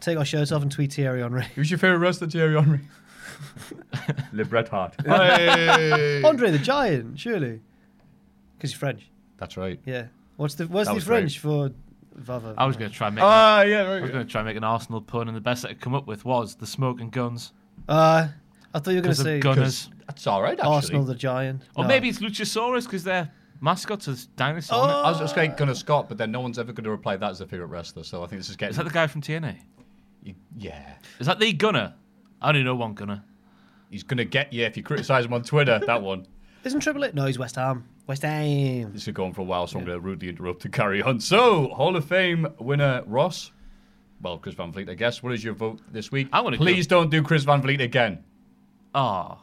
Take our shirts off and tweet Thierry Henry. Who's your favourite wrestler, Thierry Henry? Oh, Le Bret Hart. Andre the Giant, surely. Because he's French. That's right. Yeah. What's the what's That the was great. French for Vava? I was going to try and Oh. make. Ah, I yeah, was right. going to try and make an Arsenal pun, and the best that I could come up with was the smoke and guns Uh, I thought you were going because to of say gunners. That's all right, actually. Arsenal the Giant. No. Or Oh. maybe it's Luchasaurus because their mascot's a dinosaur. isn't it? I was just going to Scott, but then no one's ever going to reply that as a favourite wrestler, so I think this is getting. Is that the guy from TNA? yeah. Is that the gunner? I only know one gunner. He's going to get you if you criticise him on Twitter, that one. Isn't Triple H? No, he's West Ham. West Ham. This is going for a while, so I'm going to rudely interrupt to carry on. So, Hall of Fame winner Ross. Well, Chris Van Vliet, I guess. What is your vote this week? I wanna go- Please don't do Chris Van Vliet again. Ah,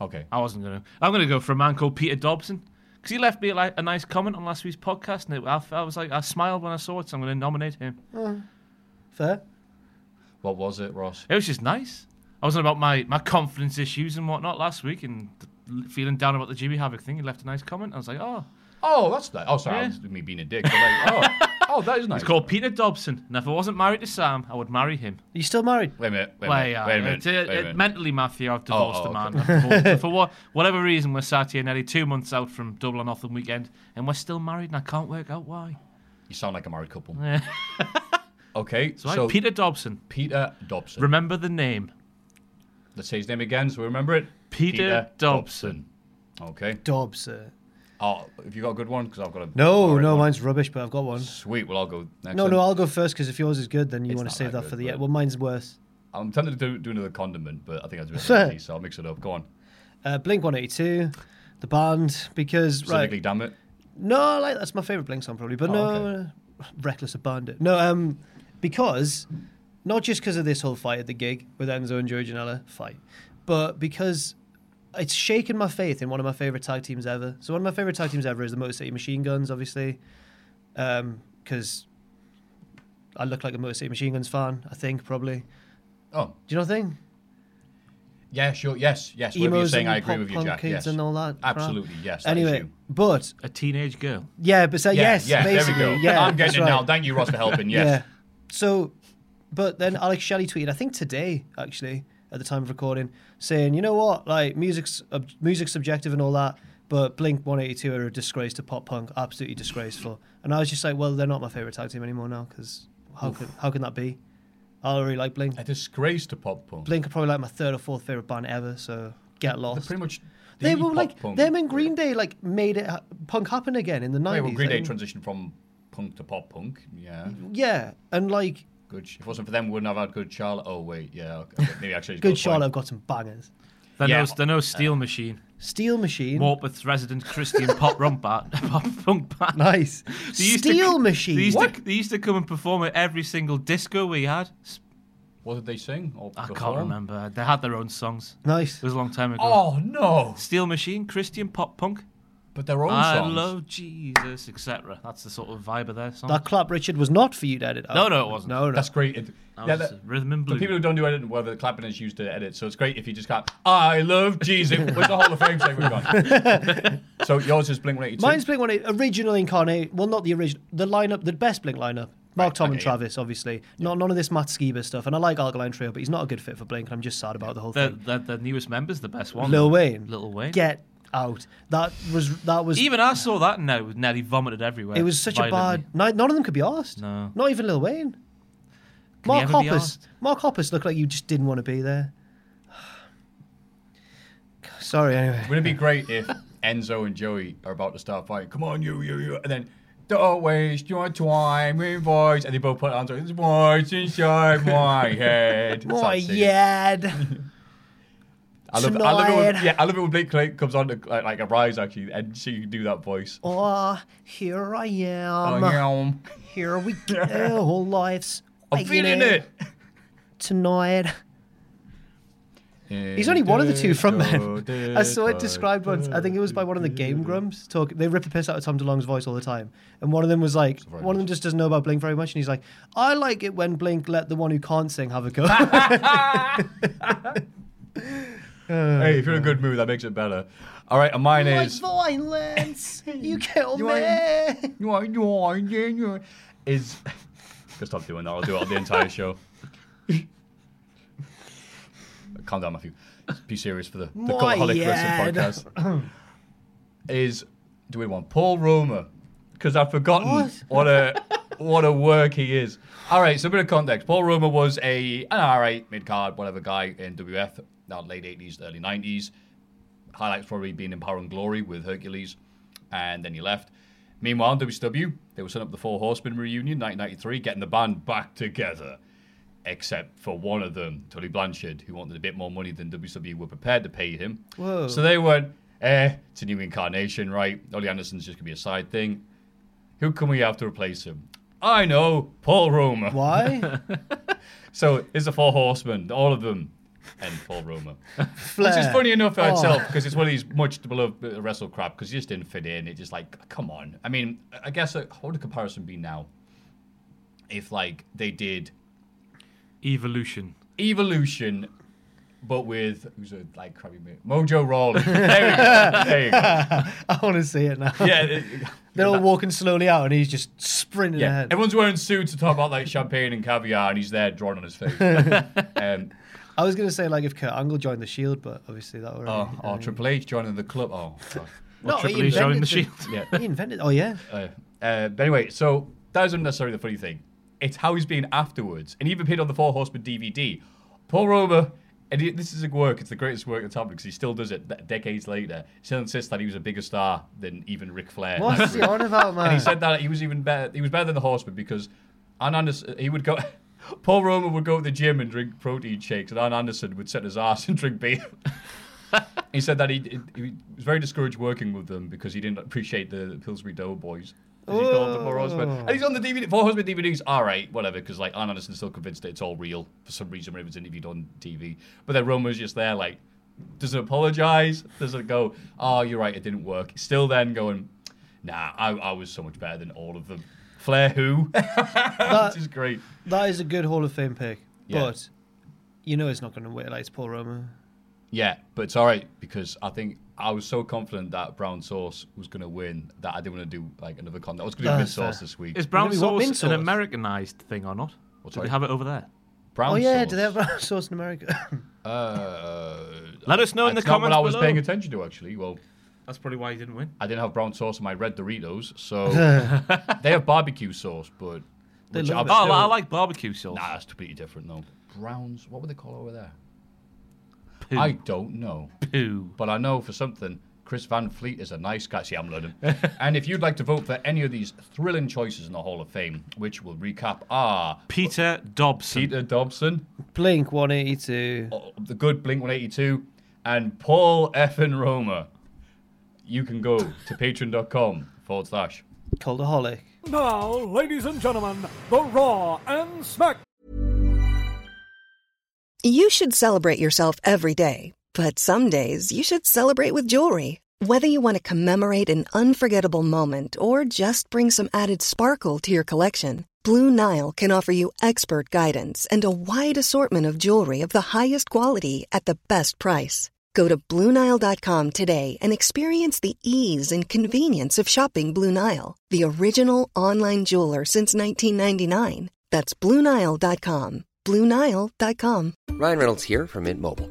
Okay. I wasn't gonna. I'm gonna go for a man called Peter Dobson because he left me like a nice comment on last week's podcast, and it, I, I was like, I smiled when I saw it, so I'm gonna nominate him. Fair. What was it, Ross? It was just nice. I was on about my, my confidence issues and whatnot last week, and th- feeling down about the Jimmy Havoc thing. He left a nice comment. I was like, oh, Oh, that's nice. Oh, sorry. Yeah. That's me being a dick. but like, oh, oh, that is nice. it's called Peter Dobson, and if I wasn't married to Sam, I would marry him. Are you still married? Wait a minute. Wait a Well, minute. yeah, wait a it- minute. it- wait a it- minute. mentally, Matthew, I've divorced oh, the man. I've divorced- for what, whatever reason, we're sat here nearly two months out from Dublin off the weekend, and we're still married, and I can't work out why. you sound like a married couple. Yeah. okay. So, like, so Peter Dobson, Peter Dobson. remember the name. Let's say his name again so we remember it. Peter Dobson. Okay. Dobbs. Uh, Oh, have you got a good one? Because I've got a. no, alright no, one. mine's rubbish, but I've got one. Sweet. Well, I'll go next. No, then. no, I'll go first because if yours is good, then you It's want not to save that that for good, the. but- end. well, mine's worse. I'm tempted to do, do another condiment, but I think I'll do it another piece, so I'll mix it up. Go on. Uh, Blink 182, the band, because Specifically, right. damn it. No, like that's my favorite Blink song probably, but Oh, no, okay. uh, Reckless Abandon. No, um, because not just because of this whole fight at the gig with Enzo and Joey Janela fight, but because it's shaken my faith in one of my favorite tag teams ever. So one of my favorite tag teams ever is the Motor City Machine Guns, obviously, because I look like a Motor City Machine Guns fan. I think probably. Oh, Do you know what I think? yeah, sure. Yes, yes. Whatever you're Emos saying, and I agree pop with you, punk Jack. kids Yes. and all that crap. Absolutely, yes. that is Anyway, you. but A teenage girl. yeah, but so, Yeah, yes, yeah, basically, there we go. yeah. I'm that's getting it right. now. Thank you, Ross, for helping. Yes. Yeah. So, but then Alex Shelley tweeted, I think today actually, at the time of recording, saying, you know what, like music's ob- music's subjective and all that, but Blink 182 are a disgrace to pop punk, absolutely disgraceful. And I was just like, well, they're not my favorite tag team anymore now because how could how can that be? I really like Blink. A disgrace to pop punk. Blink are probably like my third or fourth favorite band ever. So get They're lost. pretty much. they the were pop like punk. them and Green Day like made it ha- punk happen again in the Wait, nineties. well, Green Day transitioned from punk to pop punk. Yeah, Mm. yeah, and like good. sh- If it wasn't for them, we wouldn't have had Good Charlotte. Oh wait, yeah, okay. maybe actually. Good Charlotte have got some bangers. They're, Yeah. no, they're no steel machine. Steel Machine. Morpeth's resident Christian pop rump bat, pop punk bat. Nice. They used to- Steel They Machine. used, to, they used to come and perform at every single disco we had. S- What did they sing? Or I can't perform? remember. They had their own songs. Nice. It was a long time ago. Oh no! Steel Machine, Christian pop punk. But their own I songs. love Jesus, etc. That's the sort of vibe of their song. That clap, Richard, was not for you to edit. out. No, no, it wasn't. No, no. That's great. It- That yeah, was that- rhythm and For blues. people who don't do editing, whether the clapping is used to edit, so it's great if you just got "I love Jesus" with the Hall of Fame segment gone. so yours is Blink One Eighty Two. Mine's Blink One Eight, original incarnate. Well, not the original. The lineup, the best Blink lineup. Mark Tom and okay, yeah. Travis, obviously. Not none of this Matt Skiba stuff. And I like Alkaline Trio, but he's not a good fit for Blink, and I'm just sad about the whole The, thing. the, the newest member's the best one. Lil Wayne. Lil Wayne. Get out. That was that was Even I saw that now. Nelly vomited everywhere. it was such a violently. bad ni- none of them could be asked. No. Not even Lil Wayne. he Mark ever be Hoppus. arsed? Mark Hoppus looked like you just didn't want to be there. Sorry, anyway. Wouldn't it be great if Enzo and Joey are about to start fighting? Come on, you, you, you. And then, don't waste your time with boys. And they both put on, there's voice inside my head. Why, Start singing. yeah. I love, I love it when, tonight. yeah, I love it when Blake Clay comes on to, like, like a rise actually, and she can do that voice. Oh, here I Oh, am. yeah. Here we go. All lives. I'm feeling it. Tonight. He's only one of the two frontmen. I saw it described once. I think it was by one of the Game Grumps. Talk. They rip the piss out of Tom DeLonge's voice all the time. And one of them was like, one of them just doesn't know about Blink very much. And he's like, I like it when Blink let the one who can't sing have a go. Hey, if you're in a good mood, that makes it better. All right, and mine like is. violence. You kill You me. You are, you are, yeah, you are. Is. Just stop doing that. I'll do it on the entire show. Calm down, Matthew. Be serious for the, the My Cultaholic yad. Listen podcast. is do we want Paul Roma? Because I've forgotten what, a what a work he is. All right, so a bit of context. Paul Roma was a an all right mid card whatever guy in WF, now late eighties, early nineties highlights probably being in Power and Glory with Hercules, and then he left. Meanwhile, WCW, they were setting up the Four Horsemen reunion 1993, getting the band back together, except for one of them, Tully Blanchard, who wanted a bit more money than WCW were prepared to pay him. Whoa. So they went, eh, it's a new incarnation, right? Ollie Anderson's just going to be a side thing. Who can we have to replace him? I know, Paul Roma. Why? So it's the Four Horsemen, all of them, and Paul Roma. Flair. Which is funny enough for Oh. itself because it's one of these much beloved uh, wrestle crap because he just didn't fit in. It just like, come on. I mean, I guess uh, what would the comparison be now? If like they did Evolution. Evolution, but with who's a like crabby mate? Mojo Rawley. There you go. There you go. I want to see it now. Yeah. it- They're all walking slowly out, and he's just sprinting Yeah, ahead. everyone's wearing suits to talk about like champagne and caviar, and he's there drawing on his face. um, I was gonna say like if Kurt Angle joined the Shield, but obviously that already. oh, I oh, mean- Triple H joining the club. Oh, God. No, he Triple H joined invented the Shield. yeah. He invented. Oh yeah. Uh, uh, but anyway, so that isn't necessarily the funny thing. It's how he's been afterwards. And he even appeared on the Four Horsemen DVD. Paul Roma, and he- this is a work, it's the greatest work that's happened because he still does it th- decades later. Still insists that he was a bigger star than even Ric Flair. What's he on about, man? And he said that he was even better. He was better than the Horseman because Arn Anderson. He would go. Paul Roma would go to the gym and drink protein shakes, and Arn Anderson would sit in his ass and drink beer. he said that he, he was very discouraged working with them because he didn't appreciate the Pillsbury Doughboys. As he called the Four Horsemen. And he's on the DVD, Four Horsemen DVDs. All right, whatever, because like Arn Anderson's still convinced that it's all real for some reason when it was interviewed on TV. But then Roma's just there, like, doesn't apologize, doesn't go, oh, you're right, it didn't work. Still then going, nah, I, I was so much better than all of them. Flair who? Which is great. that is a good Hall of Fame pick, Yeah. but you know it's not gonna wait like it's Paul Roma. Yeah, but it's all right because I think I was so confident that Brown Sauce was going to win that I didn't want to do like another con. I was going to do Mint That's Sauce fair. this week. Is brown Is what sauce, mint sauce? an Americanized thing or not? Do sorry? they have it over there? Brown oh yeah, Sauce? do they have brown sauce in America? Uh, Let us know in the it's not comments what I was below. paying attention to actually. Well, That's probably why he didn't win. I didn't have brown sauce in my red Doritos, so they have barbecue sauce, but They which love I've it. Oh, still- I like barbecue sauce. Nah, that's completely different though. Browns, what would they call it over there? Poo. I don't know. Poo. But I know for something, Chris Van Fleet is a nice guy. See, I'm learning. and if you'd like to vote for any of these thrilling choices in the Hall of Fame, which we'll recap, are Peter Dobson. Peter Dobson, Blink 182. oh, the good Blink 182, and Paul Effin Roma. You can go to patreon.com forward slash. Coldaholic. Now, ladies and gentlemen, the Raw and Smack. You should celebrate yourself every day, but some days you should celebrate with jewelry. Whether you want to commemorate an unforgettable moment or just bring some added sparkle to your collection, Blue Nile can offer you expert guidance and a wide assortment of jewelry of the highest quality at the best price. Go to BlueNile.com today and experience the ease and convenience of shopping Blue Nile, the original online jeweler since 1999. That's BlueNile.com. BlueNile.com. Ryan Reynolds here from Mint Mobile.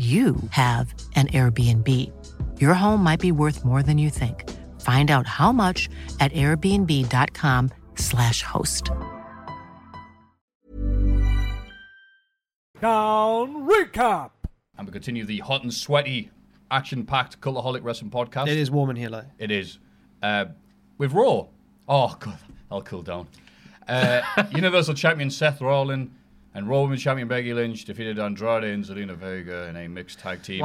you have an Airbnb. Your home might be worth more than you think. Find out how much at airbnb.com/slash host. Down recap. And we continue the hot and sweaty, action-packed Cultaholic Wrestling podcast. It is warm in here, like. It is. Uh, with Raw. Oh, God. I'll cool down. Uh, Universal Champion Seth Rollins and Raw Women's Champion Becky Lynch defeated Andrade and Zelina Vega in a mixed tag team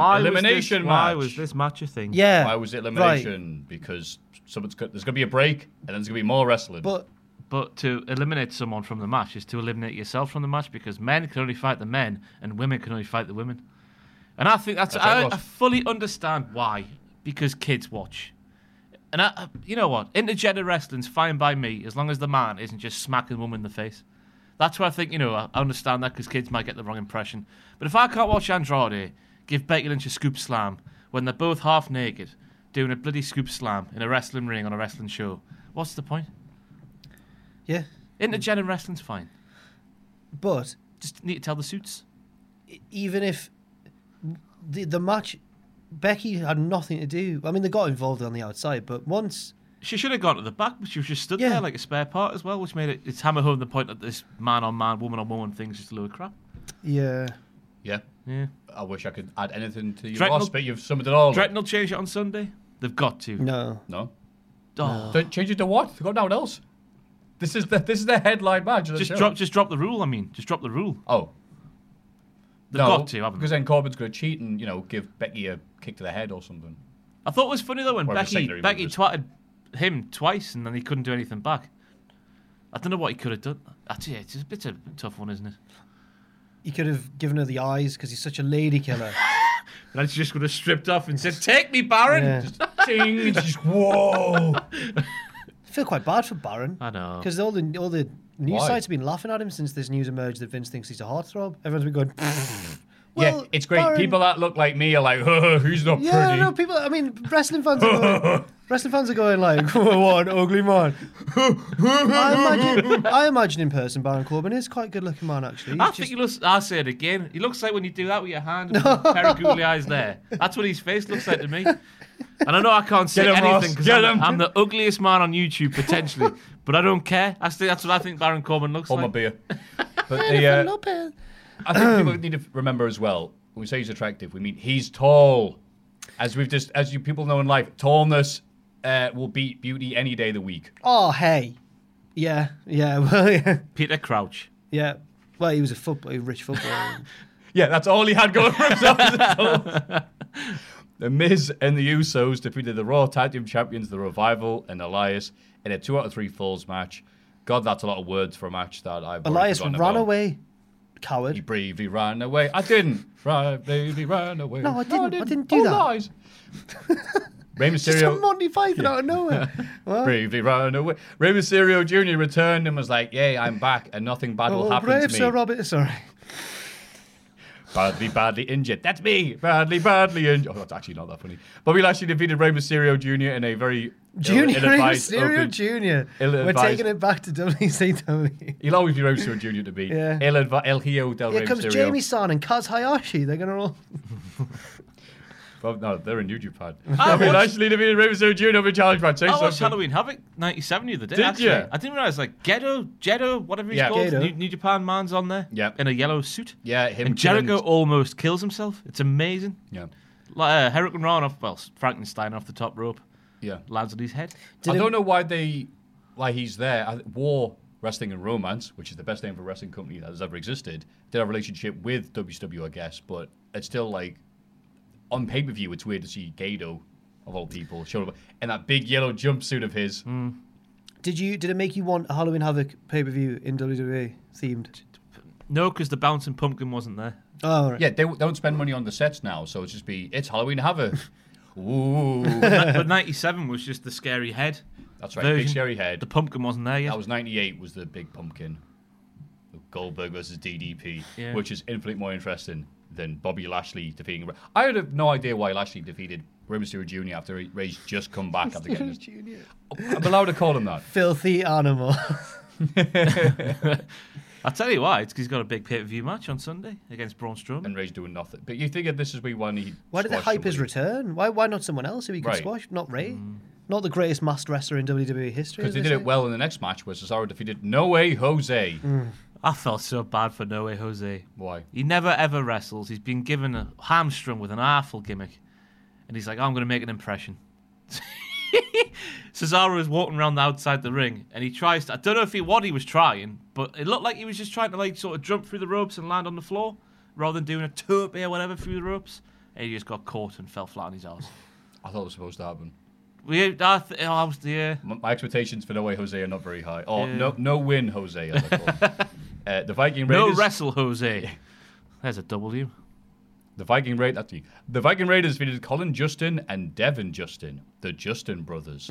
was this, elimination match. Why was this match a thing? Yeah. Why was it elimination? Because someone's got, there's going to be a break, and then there's going to be more wrestling. But But to eliminate someone from the match is to eliminate yourself from the match because men can only fight the men and women can only fight the women. And I think that's, That's how it I, was. I fully understand why because kids watch. And I, I- you know what? Intergender wrestling's fine by me as long as the man isn't just smacking the woman in the face. That's why I think, you know, I I understand that because kids might get the wrong impression. But if I can't watch Andrade give Becky Lynch a scoop slam when they're both half naked doing a bloody scoop slam in a wrestling ring on a wrestling show, what's the point? yeah, Intergender wrestling's fine. but Just need to tell the suits. even if the the match, Becky had nothing to do. I mean, they got involved on the outside, but once She should have gone to the back, but she was just stood Yeah. there like a spare part as well, which made it it's hammer home the point that this man on man, woman on woman thing's just a load of crap. yeah, yeah. Yeah. I wish I could add anything to your Dreadnought- last bit. You've summed it all. up. Dretton will change it on Sunday. They've got to. no, no. Mm. Oh. Don't change it to what? They've got no one else. This is the this is the headline match. of the Just show. drop just drop the rule, I mean. Just drop the rule. Oh. They've no, got to, haven't Because they? then Corbin's going to cheat and, you know, give Becky a kick to the head or something. I thought it was funny though when Or the Becky secondary Becky members. twatted him twice and then he couldn't do anything back. I don't know what he could have done. Actually, it's a bit of a tough one, isn't it? he could have given her the eyes because he's such a lady killer. And I just would have stripped off and said, Take me, Baron! Yeah. Just- Ding! It's just, whoa! I feel quite bad for Baron I know. because all the all the news Um, Why? sites have been laughing at him since this news emerged that Vince thinks he's a heartthrob. Everyone's been going. yeah, "Well, it's great. Baron- People that look like me are like, oh, who's not Yeah, pretty? no, people. I mean, wrestling fans are going. wrestling fans are going like, "What an ugly man." I imagine, I imagine in person, Baron Corbin is quite a good-looking man, actually. I He's think just- he looks. I'll say it again. He looks like when you do that with your hand, with a pair of googly eyes there. That's what his face looks like to me. And I know I can't say Get him, anything Ross. because Get I'm, him. I'm the ugliest man on YouTube potentially, but I don't care. I think that's what I think Baron Corbin looks Hold Oh, my like. beer. But the, uh, I think people need to remember as well. When we say he's attractive, we mean he's tall. As we've just, as you people know in life, tallness uh, will beat beauty any day of the week. oh, hey, yeah, yeah, well, yeah, Peter Crouch. yeah. Well, he was a football, he was a rich footballer. Yeah, that's all he had going for himself. as a tall- the Miz and the Usos defeated the Raw Tag Team Champions, The Revival and Elias, in a two out of three falls match. God, that's a lot of words for a match that I've already Elias forgotten ran about. away, He coward. bravely ran away. I didn't. Right, baby, ran away. No, I didn't. I didn't do Oh, that. Lies. Rey Just a Mysterio Monty Python out of nowhere. What? bravely ran away. Rey Mysterio Jr. returned and was like, "Yay, I'm back, and nothing bad will Oh, happen brave to me." Sir Robert. Sorry. badly, badly injured. That's me. Badly, badly injured. Oh, that's actually not that funny. Bobby Lashley defeated Rey Mysterio Jr. in a very Junior, ill- ill-advised Mysterio open- Junior. We're ill-advised- taking it back to WCW. He'll always be Rey Mysterio Jr. to be. Yeah. El, El Hijo del Here Rey comes Mysterio. Jamie San and Kaz Hayashi. They're gonna all. Well, no, they're in New Japan. Ah, I mean, actually, to be in Rivers of Juno, we challenged by Chase. Oh, I watched Halloween Havoc '97 the other day. Did actually. ya? I didn't realize like Gedo, Gedo, whatever he's Yeah. called, Gedo. New, New Japan man's on there. Yep. In a yellow suit. Yeah, him And Jericho killing- almost kills himself. It's amazing. Yeah. Like uh, Hurricane Ron off, well, Frankenstein off the top rope, Yeah. lands on his head. I don't know why they, like, he's there. I, War Wrestling and Romance, which is the best name for a wrestling company that has ever existed, did have a relationship with WCW, I guess, but it's still like on pay per view. It's weird to see Gato, of all people, show up in that big yellow jumpsuit of his. Did you? Did it make you want a Halloween Havoc pay per view in WWE themed? No, because the bouncing pumpkin wasn't there. Oh, right. Yeah, they w- don't spend money on the sets now, so it's just be it's Halloween Havoc. Ooh, but '97 was just the scary head. that's right, big version. scary head. The pumpkin wasn't there yet. That was 98 was the big pumpkin. Goldberg versus DDP, Yeah. which is infinitely more interesting than Bobby Lashley defeating. I would have no idea why Lashley defeated Rey Mysterio Jr. after he- Ray's just come back after getting his... Jr. I'm allowed to call him that. Filthy animal. I'll tell you why. It's because he's got a big pay per view match on Sunday against Braun Strowman. And Ray's doing nothing. But you think that this is where one he Why did they hype his return? Why? Why not someone else who he could Right. squash? Not Ray. Not the greatest masked wrestler in WWE history. as Because they did say. it well in the next match where Cesaro defeated No Way Jose. Mm. I felt so bad for No Way Jose. Why? He never ever wrestles. He's been given a hamstrung with an awful gimmick. And he's like, "Oh, I'm going to make an impression. Cesaro is walking around the outside the ring and he tries to. I don't know if he what he was trying, but it looked like he was just trying to like sort of jump through the ropes and land on the floor rather than doing a tope or whatever through the ropes. And he just got caught and fell flat on his ass. I thought it was supposed to happen. We, I th- oh, I was, yeah. M- My expectations for No Way Jose are not very high. Or Yeah. no, no win Jose. As I call him. uh, the Viking No Raiders. wrestle, Jose. There's a W. The Viking Raid, that's you. The Viking Raiders defeated Colin Justin and Devin Justin, the Justin brothers.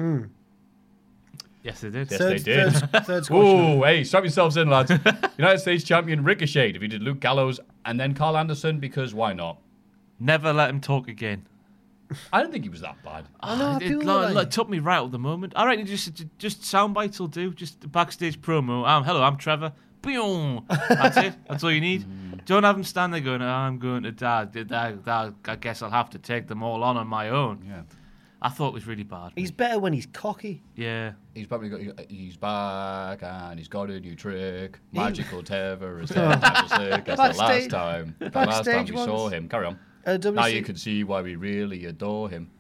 Yes, they did. Yes, Hmm, Third, they did. Third, third squash. Ooh, hey, strap yourselves in, lads. United States champion Ricochet defeated Luke Gallows and then Carl Anderson because why not? Never let him talk again. I don't think he was that bad. I know. I It, feel lo- like- lo- took me right at the moment. All right, just just soundbites will do. Just backstage promo. Um, hello, I'm Trevor. Boom. That's it. That's all you need. Mm. Don't have them stand there going, "Oh, I'm going to die. Did I, I- I guess I'll have to take them all on on my own. Yeah. I thought it was really bad. He's better when he's cocky. yeah. He's probably got he's back and he's got a new trick. Magical Terror is there. That's the last Backstage- time. The last time backstage we saw once. him. Carry on. Uh, Now WC you can see why we really adore him.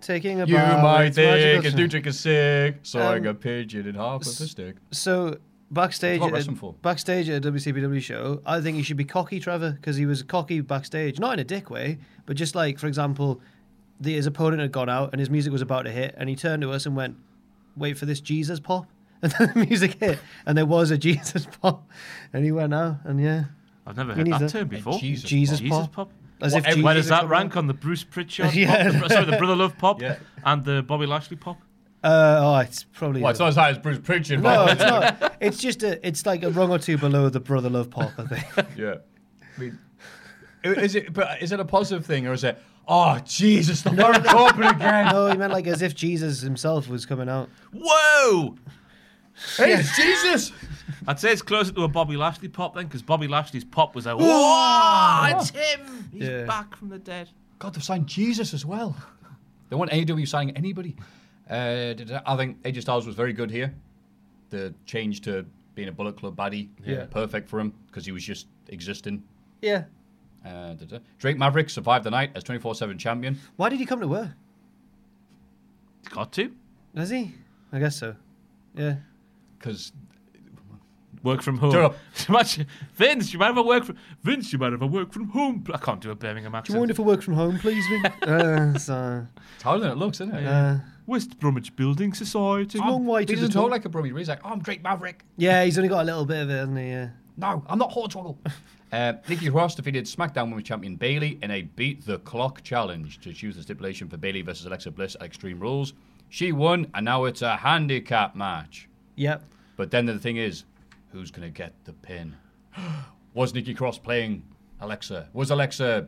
taking a You bow, might it's magical think his time. new trick is sick, sawing Um, a pigeon in half with a stick. So backstage, That's what at, wrestling for. backstage at a WCPW show, I think he should be cocky, Trevor, because he was cocky backstage, not in a dick way, but just like, for example, the, his opponent had gone out and his music was about to hit, and he turned to us and went, "Wait for this Jesus pop," and then the music hit, and there was a Jesus pop, and he went out, and yeah, I've never need heard that that. term before. Jesus Jesus Jesus pop. pop. as What, if everywhere Where Jesus does had that come rank on the Bruce Pritchard Yeah. pop? The, sorry, the Brother Love pop Yeah. and the Bobby Lashley pop. out. Uh, oh, it's probably. Well, it's not as high as Bruce Pritchard. no, but- it's not. It's just a. It's like a rung or two below the brother love pop. I think. yeah. I mean, is it? But is it a positive thing or is it? Oh Jesus, the Baron Corbin again. No, he meant like as if Jesus himself was coming out. Whoa! Hey, it's Jesus! I'd say it's closer to a Bobby Lashley pop then, because Bobby Lashley's pop was like, "Whoa, it's him! He's Yeah. back from the dead." Oh. God, they've signed Jesus as well. They want AEW signing anybody. Uh, did I I think AJ Styles was very good here. The change to being a Bullet Club baddie, Yeah. perfect for him because he was just existing. Yeah. Uh, da- da. Drake Maverick survived the night as 24/7 champion. Why did he come to work? Got to Does he? I guess so. Yeah. Because work from home. Shut up. Imagine- Vince, you might have a work from Vince. You might have a work from home. I can't do a Birmingham Do accent. you mind if I work from home, please? Vin? uh, so, it's harder than it looks, isn't it? uh, West Bromwich Building Society. Oh. long way to he the doesn't top. talk like a Brummy. He's like, oh, I'm Drake Maverick. yeah, he's only got a little bit of it, hasn't he? Yeah. No, I'm not Hornswoggle. uh, Nikki Cross defeated SmackDown Women's Champion Bailey in a beat the clock challenge to choose the stipulation for Bailey versus Alexa Bliss at Extreme Rules. She won, and now it's a handicap match. Yep. But then the thing is, who's going to get the pin? was Nikki Cross playing Alexa? Was Alexa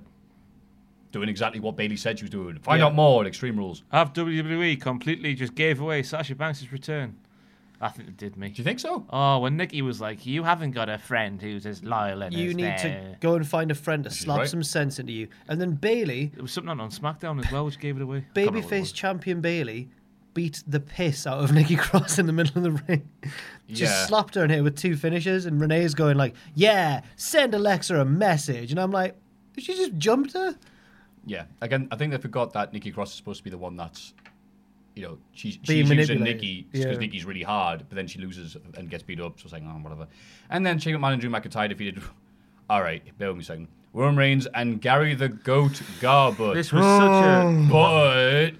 doing exactly what Bailey said she was doing? Find Yeah. out more at Extreme Rules. E Have WWE completely just gave away Sasha Banks' return. I think it did me. Do you think so? Oh, when Nikki was like, "You haven't got a friend who's as loyal and You as need there." to go and find a friend to slap right. some sense into you. And then Bailey, It was something on, on SmackDown as well, which gave it away. Can't remember what it babyface was. champion Bailey, beat the piss out of Nikki Cross in the middle of the ring. Just Yeah. slapped her in here with two finishes, and Renee's going like, "Yeah, send Alexa a message." And I'm like, she just jumped her. Yeah. Again, I think they forgot that Nikki Cross is supposed to be the one that's, you know, she's, Being she's using manipulated, Nikki because yeah. Nikki's really hard, but then she loses and gets beat up, so saying, oh, whatever. And then Shane McMahon and Drew McIntyre defeated. All right, bear with me a second. Roman Reigns and Gary the Goat Garbutt. This was such a. Um, but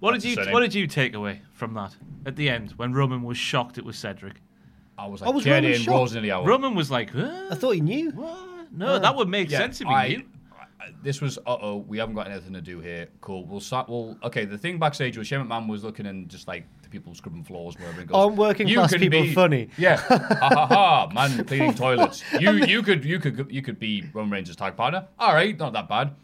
What did you upsetting. What did you take away from that at the end when Roman was shocked it was Cedric? I was like, was get Roman in, shocked. Raw's nearly hour. Roman was like, huh? I thought he knew. What? No, that would make Yeah, sense to me. I- Neil. I- This was uh oh, we haven't got anything to do here. Cool. We'll start. Well, okay. The thing backstage was Shane McMahon was looking and just like the people scrubbing floors wherever it goes. Aren't working class can people funny? Yeah. ha ha ha. Man cleaning toilets. You you could you could you could be Roman Reigns' tag partner. All right, not that bad.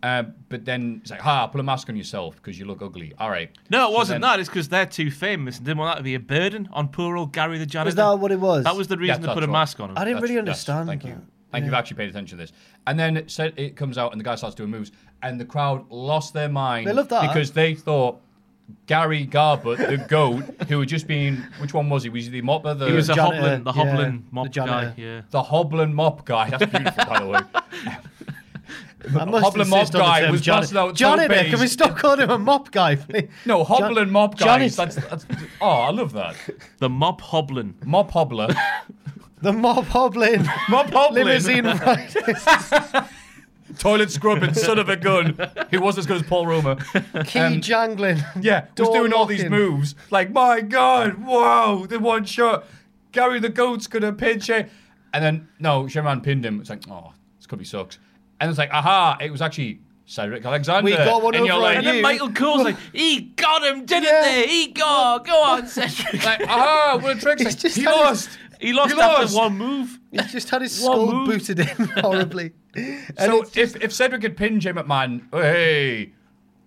Um, but then it's like, ha, put a mask on yourself because you look ugly. All right. No, it So wasn't then- that. It's because they're too famous and didn't want that to be a burden on poor old Gary the janitor. Is that what it was? That was the reason Yeah, to put that's a what- mask on him. I didn't really That's- that's- understand. Thank that. you. Thank you Yeah. for actually paying attention to this. And then it, said, it comes out and the guy starts doing moves, and the crowd lost their mind. They love that. Because they thought Gary Garbutt, the goat, who had just been, which one was he? Was he the mopper? The, He was a janitor, hoblin, the yeah, hoblin the mop guy. janitor. Yeah. the Hoblin mop guy. That's beautiful, by the way. I must Hoblin insist mop on the guy term was Johnny- busting out Johnny there, toothpaste. can we stop calling him a mop guy? please? No, Jan- Hoblin mop guy. Johnny- That's, that's, oh, I love that. The mop hoblin. Mop hobbler. the mop hoblin, Mop hoblin. limousine rider. Toilet scrubbing, son of a gun. He was as good as Paul Romer. key Um, jangling. Yeah, was door doing all these knocking. moves. Like, my God, whoa, the one shot. Gary the Goat's gonna pin Shane. And then no, Sherman pinned him. It's like, oh, this could be sucks. And it's like, aha, it was actually Cedric Alexander. We got one and you're over on like, And then you. Michael Cole's like, he got him, didn't Yeah. they? He got, go on, Cedric. like, aha, what a trick. It's Like, just he had his- lost. he lost He after lost. one move. He just had his One skull move. booted in horribly. And so it's- if, if Cedric had pinned Jim McMahon, hey,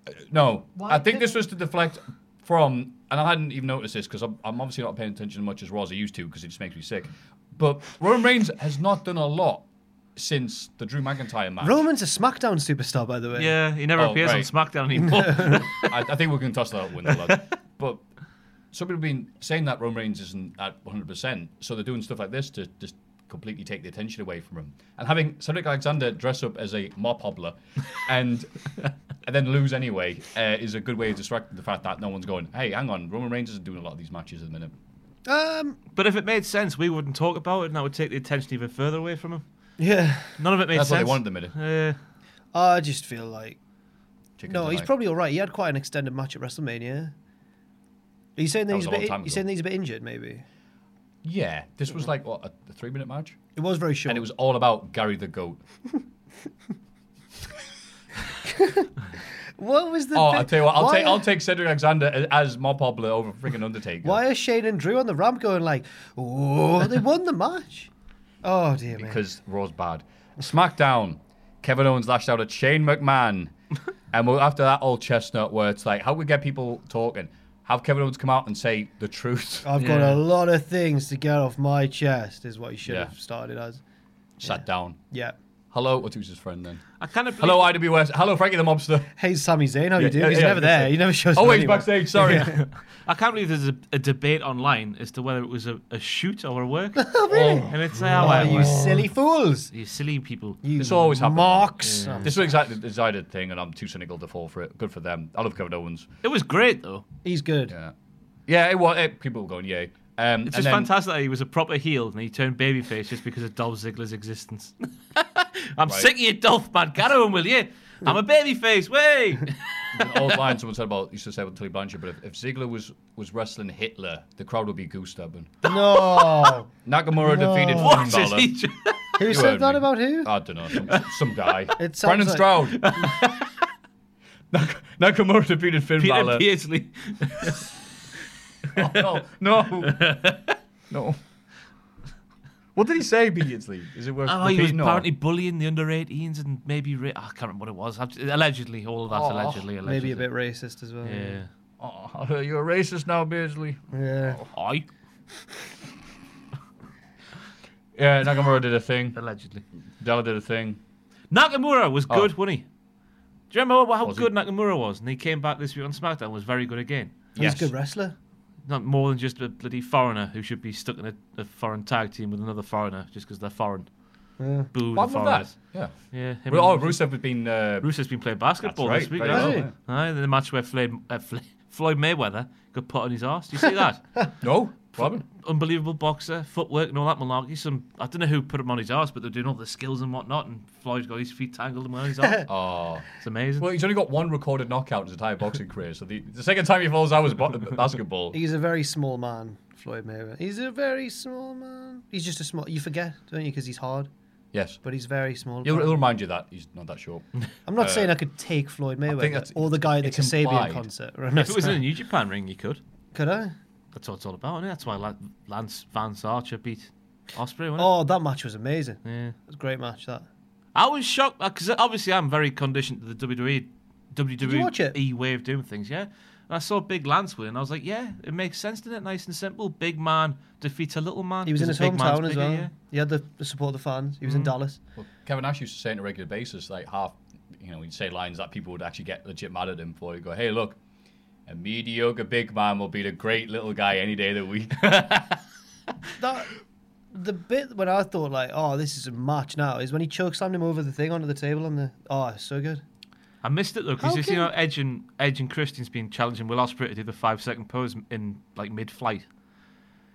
uh, no, I think this was to deflect from, and I hadn't even noticed this because I'm, I'm obviously not paying attention as much as Raw as I used to because it just makes me sick. But Roman Reigns has not done a lot since the Drew McIntyre match. Roman's a SmackDown superstar, by the way. Yeah, he never Oh, appears right. on SmackDown anymore. I, I think we can toss that out the window, lad. But some people have been saying that Roman Reigns isn't at 100%, so they're doing stuff like this to just completely take the attention away from him. And having Cedric Alexander dress up as a mop hobbler and, and then lose anyway uh, is a good way of distracting the fact that no one's going, hey, hang on, Roman Reigns isn't doing a lot of these matches at the minute. Um, but if it made sense, we wouldn't talk about it, and that would take the attention even further away from him. yeah. None of it made That's what they sense. want at the minute. Uh, I just feel like Chicken no, he's delight. probably all right. He had quite an extended match at WrestleMania. Are you saying that, That he's was a, a bit? long You time ago. saying that he's a bit injured? Maybe Yeah, this was like, what, a three minute match? it was very short. And it was all about Gary the Goat. What was the? Oh, bit- I'll tell you what, I'll, why take, are- I'll take Cedric Alexander as, as mop hobbler over freaking Undertaker. Why are Shane and Drew on the ramp going like, "Oh, they won the match"? Oh dear me. because Raw's bad. SmackDown, Kevin Owens lashed out at Shane McMahon. and we'll, after that old chestnut where it's like, how we get people talking? Have Kevin Owens come out and say the truth. I've Yeah. got a lot of things to get off my chest. Is what he should Yeah. have started as. Sat down. Yeah. Hello, what was his friend then? I kind of Hello, IWS. Hello, Frankie the Mobster. Hey, Sami Zayn, how you doing? yeah, He's yeah, never yeah. there. He never shows. up Oh, wait, he's anywhere. backstage. Sorry. I can't believe there's a, a debate online as to whether it was a, a shoot or a work. Oh, and it's like, oh, Oh, well, you silly fools! you silly people. You This always happens. Marks. this was exactly the decided thing, and I'm too cynical to fall for it. Good for them. I love Kevin Owens. It was great, though. He's good. Yeah, yeah it was. It, people were going, yay. Um, It's and just then- fantastic that he was a proper heel and he turned babyface just because of Dolph Ziggler's existence. I'm sick of you, Dolph, man. Get on, will you? I'm a babyface, way. an old line someone said about used to say about Tully Blanchard, but if, if Ziggler was was wrestling Hitler, the crowd would be goose stabbing. No. Nakamura defeated Finn What is Balor. he? ju- Who You said heard that me. Oh, about who? I don't know, some, some guy. It sounds Brandon like- Stroud. Nak- Nakamura defeated Finn Peter Balor. Beardsley. Oh, no, no, no. What did he say, Beardsley? Is it worth Oh, he was repeating or- apparently bullying the under 18s and maybe. Ra- I can't remember what it was. Allegedly, all of that. allegedly, allegedly. Maybe a bit racist as well. Yeah. Oh, you're a racist now, Beardsley. Yeah. I. Yeah, Nakamura did a thing. Allegedly. Della did a thing. Nakamura was Oh. good, wasn't he? Do you remember how Was he? good Nakamura was? And he came back this week on SmackDown and was very good again. He's a good wrestler. Not more than just a bloody foreigner who should be stuck in a, a foreign tag team with another foreigner just because they're foreign. Boo Well, the I love that. foreigners. Yeah. Yeah. him Ru- Oh, and- Rusev had been. Uh, Rusev's been playing basketball That's this right, week. very hasn't well. he? Aye, the match where Floyd, uh, Fl- Floyd Mayweather got put on his ass. Do you see that? no problem. Unbelievable boxer, footwork, and all that malarkey. Some I don't know who put him on his ass, but they're doing all the skills and whatnot, and Floyd's got his feet tangled and on his ass. Oh. It's amazing. Well, he's only got one recorded knockout in his entire boxing career. So the, the second time he falls out was bo- basketball. He's a very small man, Floyd Mayweather. He's a very small man. He's just a small. You forget, don't you? Because he's hard, Yes. but he's very small. He'll, he'll remind you that he's not that short. I'm Uh, not saying I could take Floyd Mayweather that's- or the guy at the it's Kasabian implied. concert. if it was in a New Japan ring, you could. could I? That's what it's all about, is That's why La- Lance Vance Archer beat Osprey. Wasn't Oh, that match was amazing. it? Yeah. It was a great match. That. I was shocked because obviously I'm very conditioned to the E, WWE, watch it? WWE way of doing things. Yeah, and I saw Big Lance win, and I was like, yeah, it makes sense, doesn't it? Nice and simple. Big man defeats a little man. He was in his because the big man's hometown as bigger, well. yeah. Mm. He had the, the support of the fans. He was in Dallas. Well, Kevin Nash used to say on a regular basis, like half, you know, he'd say lines that people would actually get legit mad at him for. He'd go, hey, look, a mediocre big man will beat a great little guy any day of the week. That the bit when I thought like, oh, this is a match now, is when he choke slammed him over the thing onto the table and the oh, it's so good. I missed it though How because you can- know Edge and Edge and Christian's been challenging Will Ospreay to do the five second pose in like mid flight.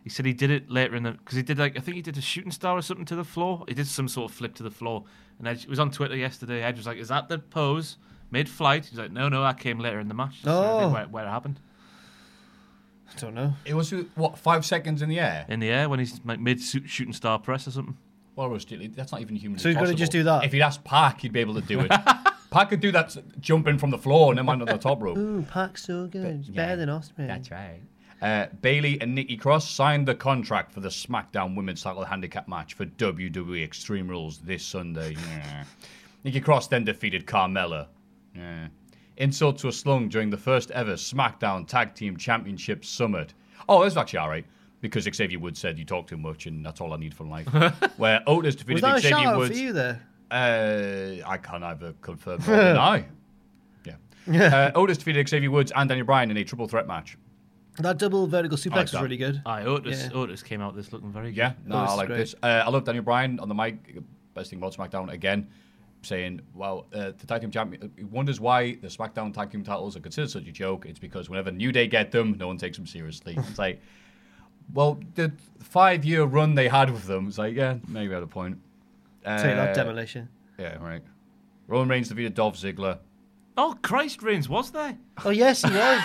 He said he did it later in the because he did like I think he did a shooting star or something to the floor. He did some sort of flip to the floor, and Edge it was on Twitter yesterday. Edge was like, "Is that the pose mid flight?" He's like, "No, no, that came later in the match. That's I think Oh. where, where it happened I don't know. it was, what, five seconds in the air? in the air when he's like mid shooting star press or something." Well, it was, that's not even human. So he's gotta just do that? If he'd asked Park, he'd be able to do it. Park could do that s- jumping from the floor and then land on the top rope. Ooh, Pac's so good. It's better than Osprey. right. Uh, Bailey and Nikki Cross signed the contract for the SmackDown Women's Title Handicap match for WWE Extreme Rules this Sunday. Yeah. Nikki Cross then defeated Carmella. Yeah. Insult to a slung during the first ever SmackDown Tag Team Championship Summit. Oh, this was actually all right because Xavier Woods said you talk too much and that's all I need from life. Where Otis Was defeated that a shout Xavier out Woods. for you there? Uh, I can't either confirm or deny. Yeah. uh, Otis defeated Xavier Woods and Daniel Bryan in a triple threat match. That double Oh, vertical suplex like was that. really good. Aye, Otis Yeah. Otis came out this looking very good. Yeah, no, this I is like great. this. Uh, I love Daniel Bryan on the mic. Best thing about SmackDown again, saying, "Well, uh, the tag team champion." He wonders why the SmackDown tag team titles are considered such a joke. It's because whenever New Day get them, no one takes them seriously. It's like, well, the five-year run they had with them. It's like, yeah, maybe at a point. Uh, Take that demolition. Yeah, right. Roman Reigns defeated Dolph Ziggler. Oh Christ, Reigns was there? Oh yes, he was.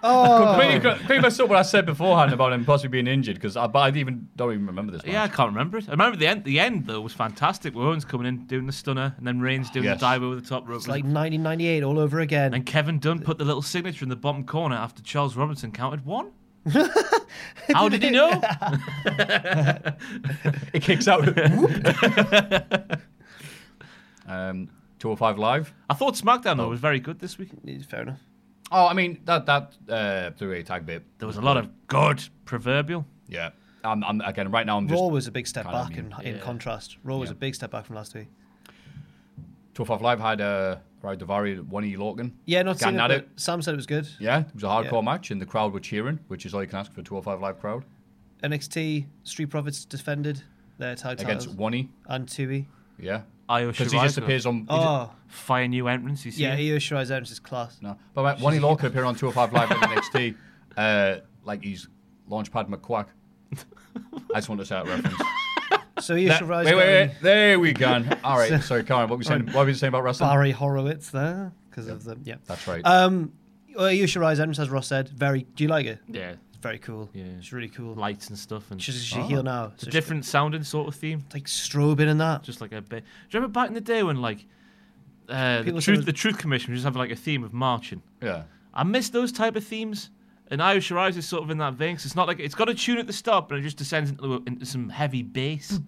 Pretty, cr- pretty much what I said beforehand about him possibly being injured because I, but I even don't even remember this. Yeah, I match. can't remember it. I remember the end. The end though was fantastic. with Owens coming in doing the stunner, and then Reigns doing Yes. the dive over the top rope. it's like 1998 all over again. and Kevin Dunn put the little signature in the bottom corner after Charles Robinson counted one. How did he know? It kicks out. Whoop. um, 205 Live. I thought SmackDown though was very good this week. Yeah, Fair enough. Oh, I mean, that that uh, through a tag bit. There was a lot of good proverbial. Yeah. I'm, I'm, again, right now I'm just. Raw was a big step kind of back in, in yeah. contrast. Raw was a big step back from last week. 205 Live had uh, Rai Davari, one E Lorcan. Yeah, not seen it, Gangnat but Sam said it was good. Yeah, it was a hardcore match, and the crowd were cheering, which is all you can ask for a 205 Live crowd NXT Street Profits defended their tag titles against one E. and Tui. Yeah. Io Because he just Shirai. appears on. Oh Fire new entrance. You see? yeah, Io Shirai's entrance is class. No. But right, one E Lorcan appeared on 205 Live and NXT uh, like he's Launchpad McQuack. I just wanted to say that reference. So Io That- Shirai's wait, wait, got wait. a There we go. All right. Sorry, Karen. What were we saying? What were we saying about wrestling? Barry Horowitz there because of the yeah. That's right. Um, well, Io Shirai's entrance, as Ross said, very. Do you like it? yeah. It's very cool. Yeah. it's really cool. Lights and stuff, and she's she's a heel now. it's a so she- different sounding sort of theme. like strobing and that. Just like a bit. Do you remember back in the day when like uh, the People truth, said- the Truth Commission was just having like a theme of marching. yeah. I miss those type of themes. And Io Shirai is sort of in that vein 'cause it's not like it's got a tune at the start, but it just descends into, into some heavy bass.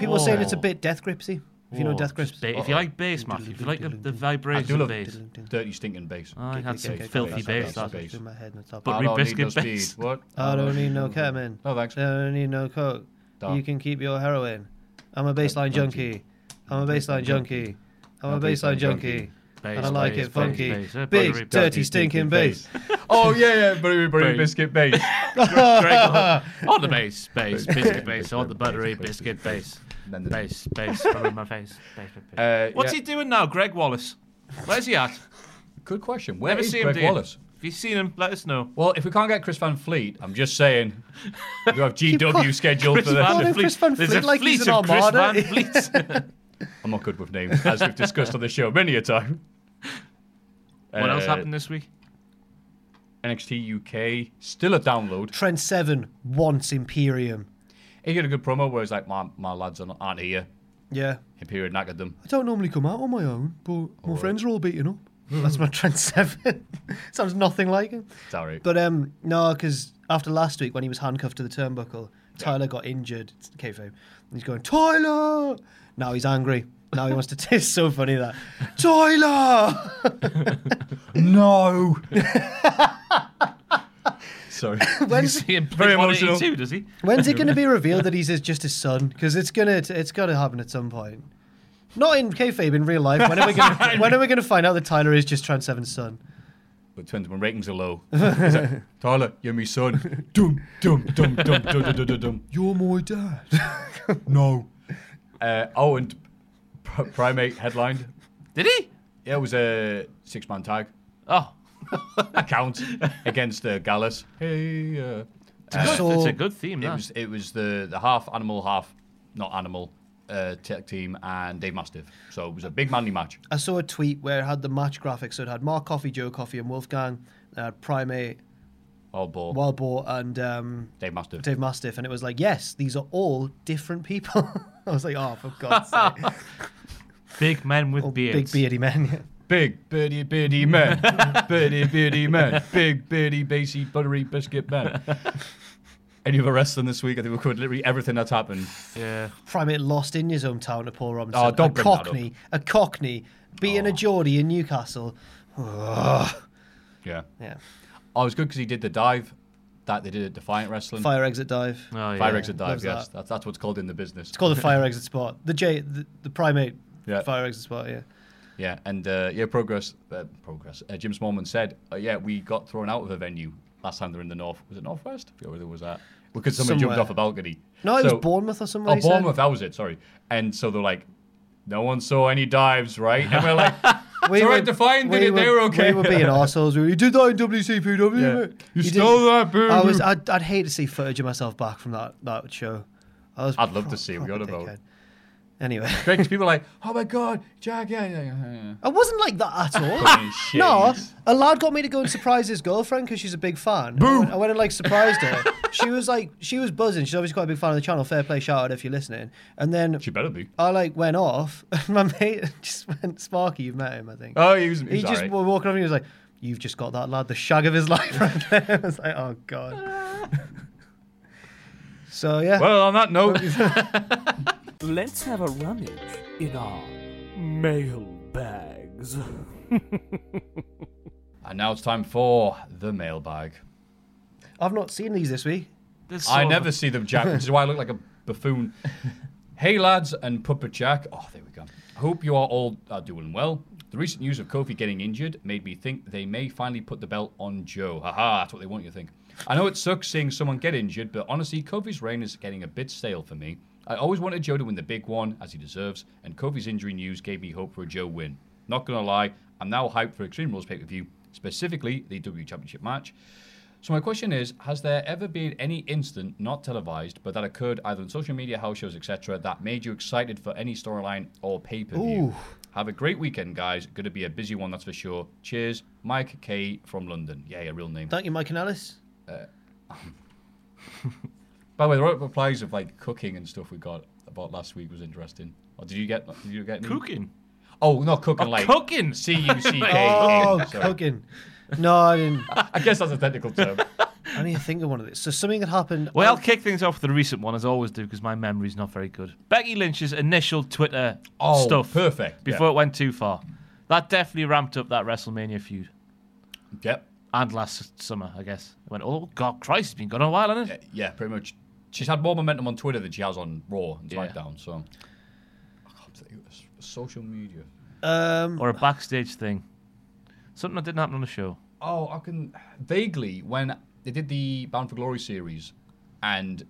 People were saying it's a bit death gripsy. If you know Or Death Oh, Grips. just ba- if you like bass, Matthew, if you like the, the I vibration do of love bass, dirty stinking bass. Aye, that's Bass, some bass, filthy bass, bass, bass, that. bass. In my head, and it's all- But I we don't need biscuit no speed. based. What? I don't need no ketamine. No, thanks. I don't need no coke. Duh. You can keep your heroin. I'm a baseline junkie. I'm a baseline junkie. I'm a baseline junkie. Bass, and I like bass, it funky. bass, bass, uh, Big, buttery, dirty, stinking bass. oh yeah, yeah, buttery, buttery Bass. biscuit bass. on the bass, bass, biscuit bass, on the buttery, bass, biscuit bass, then the- bass, bass, from my face. bass, bass, bass. Uh, What's yeah. he doing now, Greg Wallace? Where's he at? Good question. Where Never is see him, Greg do you? Wallace? If you've seen him, let us know. Well, if we can't get Chris Van Fleet, I'm just saying we have GW scheduled Chris for the. Van calling Fleet. Chris Van There's Fleet a like fleet he's an of Chris armada. Van Fleet. I'm not good with names, as we've discussed on the show many a time. what else Uh, happened this week? NXT UK still a download. Trend 7 wants Imperium. He did a good promo where it's like, my, my lads aren't, aren't here. Yeah. Imperial knackered them. I don't normally come out on my own, but my friends are all beaten up. That's my Trent Seven. Sounds nothing like him. It's all right. But um, no, because after last week when he was handcuffed to the turnbuckle, Tyler got injured. It's Kayfabe. And he's going Tyler. Now he's angry. Now he wants to. it's so funny that Tyler. no! Sorry. When's he in Very Blink emotional. 182, Does he? When's it going to be revealed that he's his, just his son? Because it's gonna it's gonna happen at some point. Not in kayfabe, in real life. When are we gonna When are we gonna find out that Tyler is just Trent Seven's son? But twins, my ratings are low. He's like, Tyler, you're my son. dum, dum, dum, dum, dum, dum, dum, dum. You're my dad. No. Uh, oh, and Pri- Primate headlined. Did he? Yeah, it was a six man tag. Oh, That counts against uh, Gallus. Hey, uh, it's so- a good theme. It that. was it was the the half animal, half not animal uh, tech team and Dave Mastiff. So it was a big manly match. I saw a tweet where it had the match graphics. So it had Mark Coffey, Joe Coffey, and Wolfgang, uh, Primate, All ball. Wild Boar, and um, Oh, Dave Mastiff. Dave Mastiff. And it was like, yes, these are all different people. I was like, oh, for God's sake. Big men with All beards. Big beardy men. Big beardy beardy men. beardy beardy men. Big beardy bassy buttery biscuit men. Any other wrestling this week? I think we covered literally everything that's happened. Yeah. Primate lost in his hometown to Paul Robinson. Oh, don't a bring that up. Oh. Cockney, a Cockney, beating a Geordie in Newcastle. Ugh. Yeah. Yeah. Oh, it was good because he did the dive that they did at Defiant Wrestling. Fire exit dive. Oh, yeah. Fire exit dive, loves yes. that. That's, that's what's called in the business. It's called the fire exit spot. The J, the, the Primate Yeah. fire exit spot, yeah. Yeah, and uh, yeah, progress, uh, progress. Uh, Jim Smallman said, uh, yeah, we got thrown out of a venue last time they were in the north. Was it Northwest? I forget where it was at. Because someone jumped Somewhere. off a balcony. No, it So- was Bournemouth or somewhere. Oh, he said. Bournemouth, that was it. Sorry. And so they're like, no one saw any dives, right? And we're like, We It's all right to find, did it? They were okay. We were being assholes. We were, you did that in WCPW. Yeah. mate." You did- stole that, boo. I was. I'd, I'd hate to see footage of myself back from that that show. I was. I'd love pro- to see what proper you're on about. dickhead. Anyway, Great, 'cause people are like, oh my god, Jack, yeah, yeah, yeah, yeah. I wasn't like that at all. Fucking shit. no, a lad got me to go and surprise his girlfriend because she's a big fan. Boom! I went, I went and like surprised her. she was like, she was buzzing. She's obviously quite a big fan of the channel. Fair play, shout out if you're listening. And then She better be. I like went off, and my mate just went, "Sparky, you've met him, I think." Oh, he was, he He was just alright. wa- walking over and he was like, You've just got that lad the shag of his life right there. I was like, Oh god. so yeah. Well, on that note, Let's have a rummage in our mailbags. and now it's time for the mailbag. I've not seen these this week. There's I sort of- never see them, Jack, which is why I look like a buffoon. hey, lads, and Puppet Jack. Oh, there we go. Hope you are all are doing well. The recent news of Kofi getting injured made me think they may finally put the belt on Joe. Haha, that's what they want you to think. I know it sucks seeing someone get injured, but honestly, Kofi's reign is getting a bit stale for me. I always wanted Joe to win the big one, as he deserves, and Kofi's injury news gave me hope for a Joe win. Not gonna lie, I'm now hyped for Extreme Rules pay per view, specifically the W Championship match. So my question is: Has there ever been any incident, not televised, but that occurred either on social media, house shows, etc., that made you excited for any storyline or pay-per-view? Have a great weekend, guys. Going to be a busy one, that's for sure. Cheers, Mike K from London. Yeah, a real name. Thank you, Mike and Alice. By the way, the replies of like cooking and stuff we got about last week was interesting. Or did you get? Did you get any? Cooking. Oh, not cooking. Oh, like cooking. C U C K. Oh, Sorry. cooking. No, I didn't. I guess that's a technical term. I need to think of one of these. So something had happened. um, Well, I'll kick things off with the recent one, as I always do, because my memory's not very good. Becky Lynch's initial Twitter Oh, stuff. perfect, Before yeah. it went too far. That definitely ramped up that WrestleMania feud. Yep. And last summer, I guess. It went, oh, God, Christ, it's been gone a while, hasn't Yeah, it? yeah, pretty much. She's had more momentum on Twitter than she has on Raw and Yeah. SmackDown. So, I can't think of s- social media. Um, Or a backstage thing. Something that didn't happen on the show. Oh, I can vaguely when they did the Bound for Glory series, and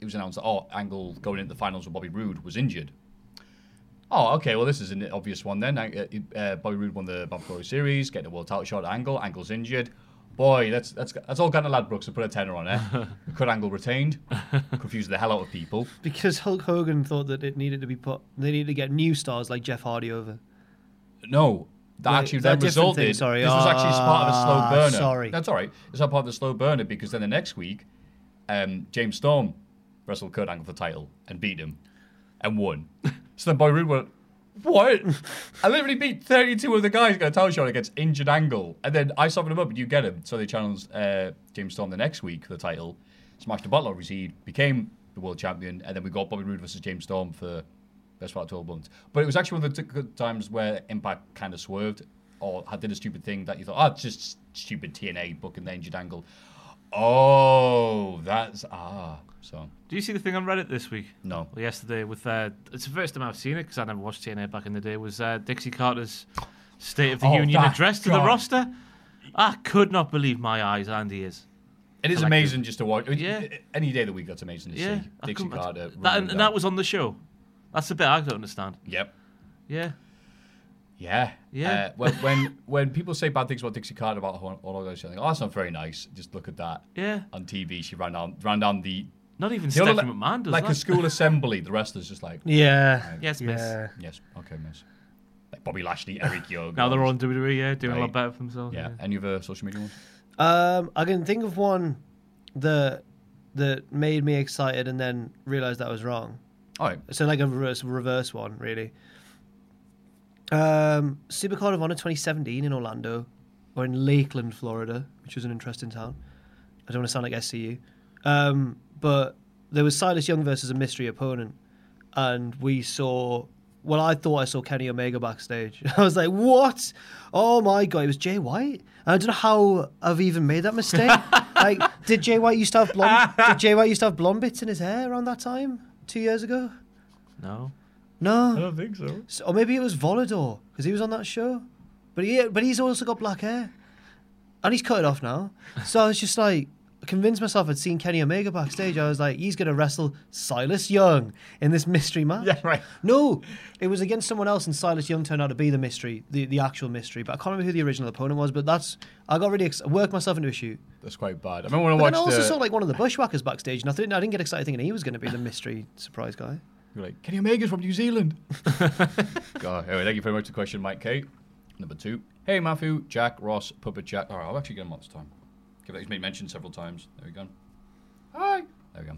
it was announced that oh, Angle going into the finals with Bobby Roode was injured. Oh, okay. Well, this is an obvious one then. Uh, uh, Bobby Roode won the Bound for Glory series, getting a world title shot. at Angle, Angle's injured. Boy, that's that's that's all kind of Ladbrokes to put a tenner on it. Could Angle retained? Confused the hell out of people. because Hulk Hogan thought that it needed to be put, they needed to get new stars like Jeff Hardy over. No, that Wait, actually is then that a different resulted. thing? Sorry. This was actually part of a slow Ah, burner. sorry. that's all right. It's not part of the slow burner because then the next week, um, James Storm wrestled Kurt Angle for the title and beat him, and won. so then Boy Rude went, "What? I literally beat 32 of the guys got a title shot against injured Angle, and then I softened him up and you get him." So they challenged uh, James Storm the next week for the title, smashed the bottle over his head, became the world champion, and then we got Bobby Roode versus James Storm for best part of 12 months. But it was actually one of the t- good times where Impact kind of swerved or had did a stupid thing that you thought, oh, it's just stupid TNA book and the injured angle. Oh, that's ah. So, Do you see the thing on Reddit this week? no. Well, yesterday with uh, it's the first time I've seen it because I never watched TNA back in the day. Was uh, Dixie Carter's State of the Oh, Union that- address to the God. roster? I could not believe my eyes and ears. It is Collective. amazing just to watch. I mean, Yeah. Any day of the week, that's amazing to Yeah, see. I Dixie couldn't- Carter. That, running and, and down. that was on the show. That's the bit I don't understand. Yep. Yeah, Yeah. Yeah. Uh, when, when when people say bad things about Dixie Carter about all, all of those things, oh, that's not very nice. Just look at that. yeah. On TV, she ran down ran down the Not even the other Stephanie le- McMahon does like that. a school assembly. The rest is just like Yeah. Yes, miss. Yeah. Yes. Okay, miss. Like Bobby Lashley, Eric Young. Now they're on WWE, yeah, doing a Right. lot better for themselves. Yeah. Any other social media ones? Um, I can think of one that that made me excited and then realized that I was wrong. All right. So like a reverse reverse one really. Um, Supercard of Honor 2017 in Orlando, or in Lakeland, Florida, which was an interesting town. I don't want to sound like SCU, um, but there was Silas Young versus a mystery opponent, and we saw. Well, I thought I saw Kenny Omega backstage. I was like, "What? Oh my god! It was Jay White." I don't know how I've even made that mistake. like, did Jay White used to have blonde? did Jay White used to have blonde bits in his hair around that time two years ago? No. No, don't think so. S- or maybe it was Volador because he was on that show. But he, but he's also got black hair, and he's cut it off now. So I was just like convinced myself I'd seen Kenny Omega backstage. I was like, he's gonna wrestle Silas Young in this mystery match. Yeah, right. No, it was against someone else, and Silas Young turned out to be the mystery, the, the actual mystery. But I can't remember who the original opponent was. But that's I got really ex- worked myself into a shoot. That's quite bad. I remember when I But then watched uh, I also the, saw like one of the bushwhackers backstage, and I didn't, I didn't get excited thinking he was gonna be the mystery surprise guy. you were like Kenny Omega's from New Zealand. God. Anyway, thank you very much for the question, Mike Kate. Number two. Hey, Matthew, Jack, Ross, Puppet Jack. All right, I'll actually get him up this time. Okay, but he's made mention several times. There we go. Hi. There we go.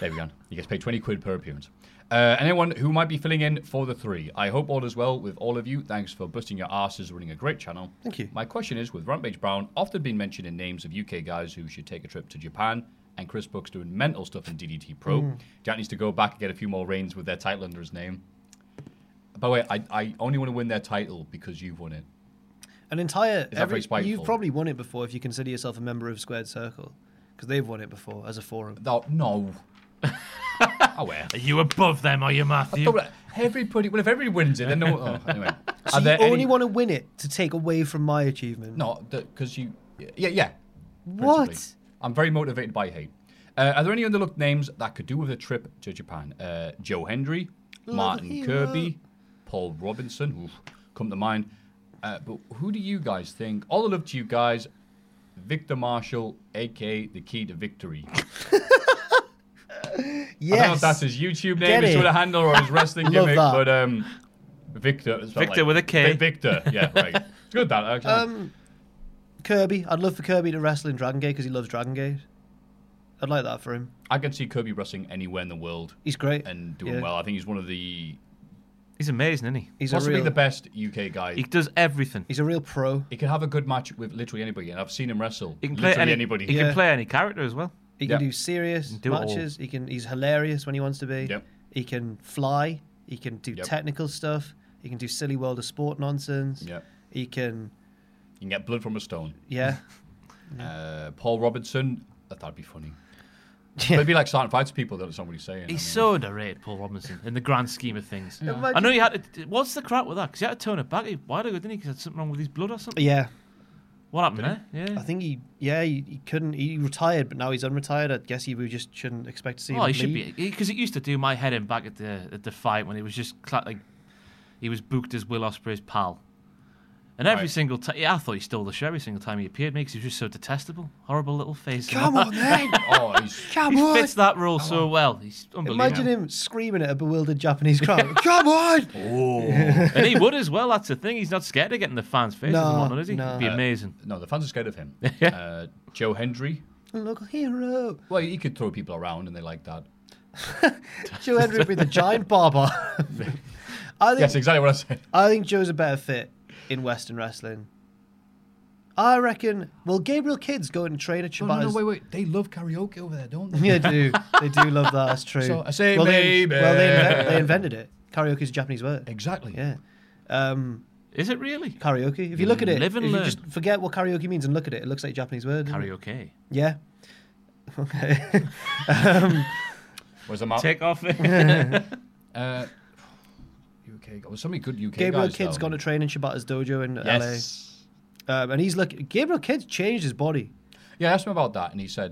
There we go. He gets paid 20 quid per appearance. Uh, anyone who might be filling in for the three, I hope all is well with all of you. Thanks for busting your asses running a great channel. Thank you. My question is with Rampage Brown often being mentioned in names of UK guys who should take a trip to Japan and Chris Brooks doing mental stuff in DDT Pro, Hmm. Jack needs to go back and get a few more reigns with their title under his name. By the way, I, I only want to win their title because you've won it. An entire. that very spiteful? You've probably won it before if you consider yourself a member of Squared Circle, because they've won it before as a forum. No. no. oh, well. Are you above them, are you, Matthew? But Everybody, well, if everybody wins it, then no. Oh, anyway, So you only want to win it to take away from my achievement. No, because you. Yeah, yeah. What? principally. I'm very motivated by hate. Uh, are there any underlooked names that could do with a trip to Japan? Uh, Joe Hendry, Martin him Kirby, Paul Robinson, who come to mind. Uh, but who do you guys think? All the love to you guys. Victor Marshall, aka the key to victory. I don't know if Yes. that's his YouTube name, Get his it. Twitter handle, or his wrestling Love gimmick, that. but um, Victor. it's spelled Victor with a K. Vi- Victor, yeah, right. It's good that actually. Um, Kirby. I'd love for Kirby to wrestle in Dragon Gate because he loves Dragon Gate. I'd like that for him. I can see Kirby wrestling anywhere in the world He's great and doing Yeah. well. I think he's one of the He's He's amazing, isn't he? He's possibly a real, the best UK guy. He He, does everything. He's a real pro. can have a good match with literally anybody, and I've seen him wrestle He can play literally any, anybody. He Yeah. can play any character as well. He Yeah. can do serious do it all. matches. He can. He's hilarious when he wants to be. Yep. He can fly. He can do Yep. technical stuff. He can do silly world of sport nonsense. Yep. He can. You can get blood from a stone. Yeah. Uh, Paul Robinson, that, that'd be funny. But it'd be like starting fights with people that somebody's He's saying. I mean, so underrated, Paul Robinson, in the grand scheme of things. I Imagine- know he had. To, what's the crap with that? Because he had to turn it back a while ago, didn't he? Because he had something wrong with his blood or something. Yeah. What happened there? Yeah. I think he. Yeah. He, he couldn't. He retired, but now he's unretired. I guess he we just shouldn't expect to see. Oh, him he should leave. be because it used to do my head in back at the at the fight when it was just cla like he was booked as Will Ospreay's pal, and every Right. single time yeah, I thought he stole the show every single time he appeared because he was just so detestable, horrible little face. Come on, then. Oh, he's, Come he on. fits that role so well. He's unbelievable, Imagine him screaming at a bewildered Japanese crowd. Come on. and he would as well. That's the thing. He's not scared of getting the fans' faces No, and whatnot, is he? no. It'd be amazing. no, the fans are scared of him. uh, Joe Hendry. Local hero. Well, he could throw people around and they like that. Joe Henry with the giant barber. I think Yes, exactly what I said. I think Joe's a better fit in Western wrestling. I reckon. Well, Gabriel Kidd's going to train at Oh, No, no, Shibata's. no, wait, wait. They love karaoke over there, don't they? Yeah, they do. They do love that. That's true. So I say well, they, maybe. well, they, inven- they invented it. Karaoke is a Japanese word. Exactly. Yeah. Um, Is it really karaoke. If you look at it, Live and if you learn. just forget what karaoke means and look at it, it looks like a Japanese word. doesn't it? karaoke? Yeah. Okay. Where's the map? Take off. Uh, UK. There was so many good UK Gabriel guys. Kidd's though. going to train in Shibata's dojo in Yes. LA. Um, and he's like, Gabriel Kidd's changed his body. Yeah, I asked him about that, and he said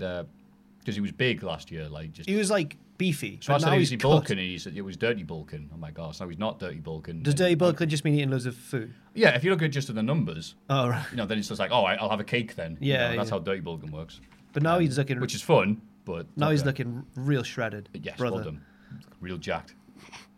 because he was big last year, like just. He was like beefy. so I but said, now "Is he's he cut. bulking?" And he said, "It was dirty bulking." Oh my gosh, now he's not dirty bulking. Does And- Dirty Bulkin just mean eating loads of food? Yeah, if you look at just at the numbers, Oh, right. you know, then it's just like, "Oh, I'll have a cake then." You Yeah, know, that's yeah. how dirty bulking works, But now he's looking. which is fun, but now not he's great. looking real shredded. But yes, brother. well done. Real jacked.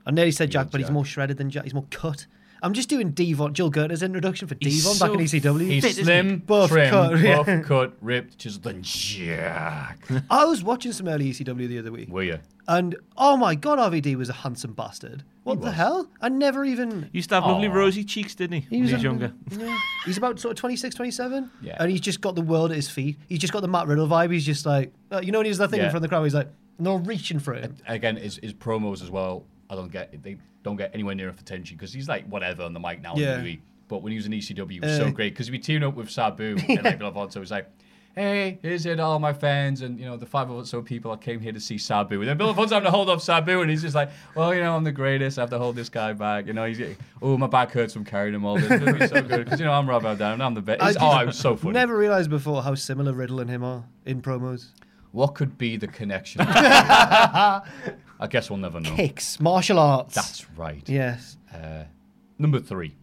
I nearly said Jack, Real but he's Jack. more shredded than Jack. He's more cut. I'm just doing Devon, Jill Gertner's introduction for He's Devon so back in E ECW. He's Fit, isn't he? slim, Buff trim, cut, yeah. buff cut, ripped, just the jack. I was watching some early ECW the other week, Were you? and oh my god, RVD was a handsome bastard. What the hell? I never even. He used to have lovely rosy cheeks, didn't he? when was he a- was younger. Yeah. He's about sort of 26, 27. Yeah. And he's just got the world at his feet. He's just got the Matt Riddle vibe. He's just like, uh, you know, when he does that thing in Yeah. front of the crowd, he's like, no reaching for it. again his, his promos as well. I don't get they don't get anywhere near enough attention because he's like whatever on the mic now. Yeah. Yeah. But when he was in ECW, he was so great because we teamed up with Sabu and like Blavon, so he's like. Hey, here's it, all my fans, and you know the five or so people that came here to see Sabu. And then Bill Afonso having to hold up Sabu, and he's just like, "Well, you know, I'm the greatest. I have to hold this guy back. You know, he's oh, my back hurts from carrying him all this. It'll be so good because you know I'm Rob Van Dam, and I'm the best. I It's- just- Oh, it was so funny. Never realised before how similar Riddle and him are in promos. What could be the connection? I guess we'll never know. Kicks, martial arts. Oh. That's right. yes. Number three,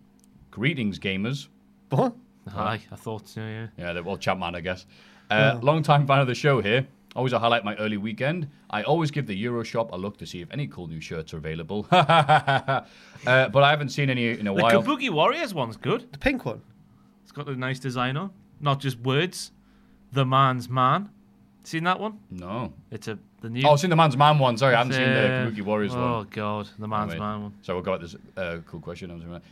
greetings, gamers. What? Aye, I thought so. Yeah. Yeah, the old chap man, I guess. Uh, Long time fan of the show here. Always a highlight of my early weekend. I always give the Euro shop a look to see if any cool new shirts are available. uh, but I haven't seen any in a The while. Kabuki Warriors one's good. The pink one. It's got a nice design on. Not just words. The man's man. Seen that one? no. It's a the new. Oh, I've seen the Man's Man one. Sorry, I haven't it's, seen uh, the Kabuki Warriors oh, one. Oh god, the man's Wait. man one. So we'll go at this uh, cool question.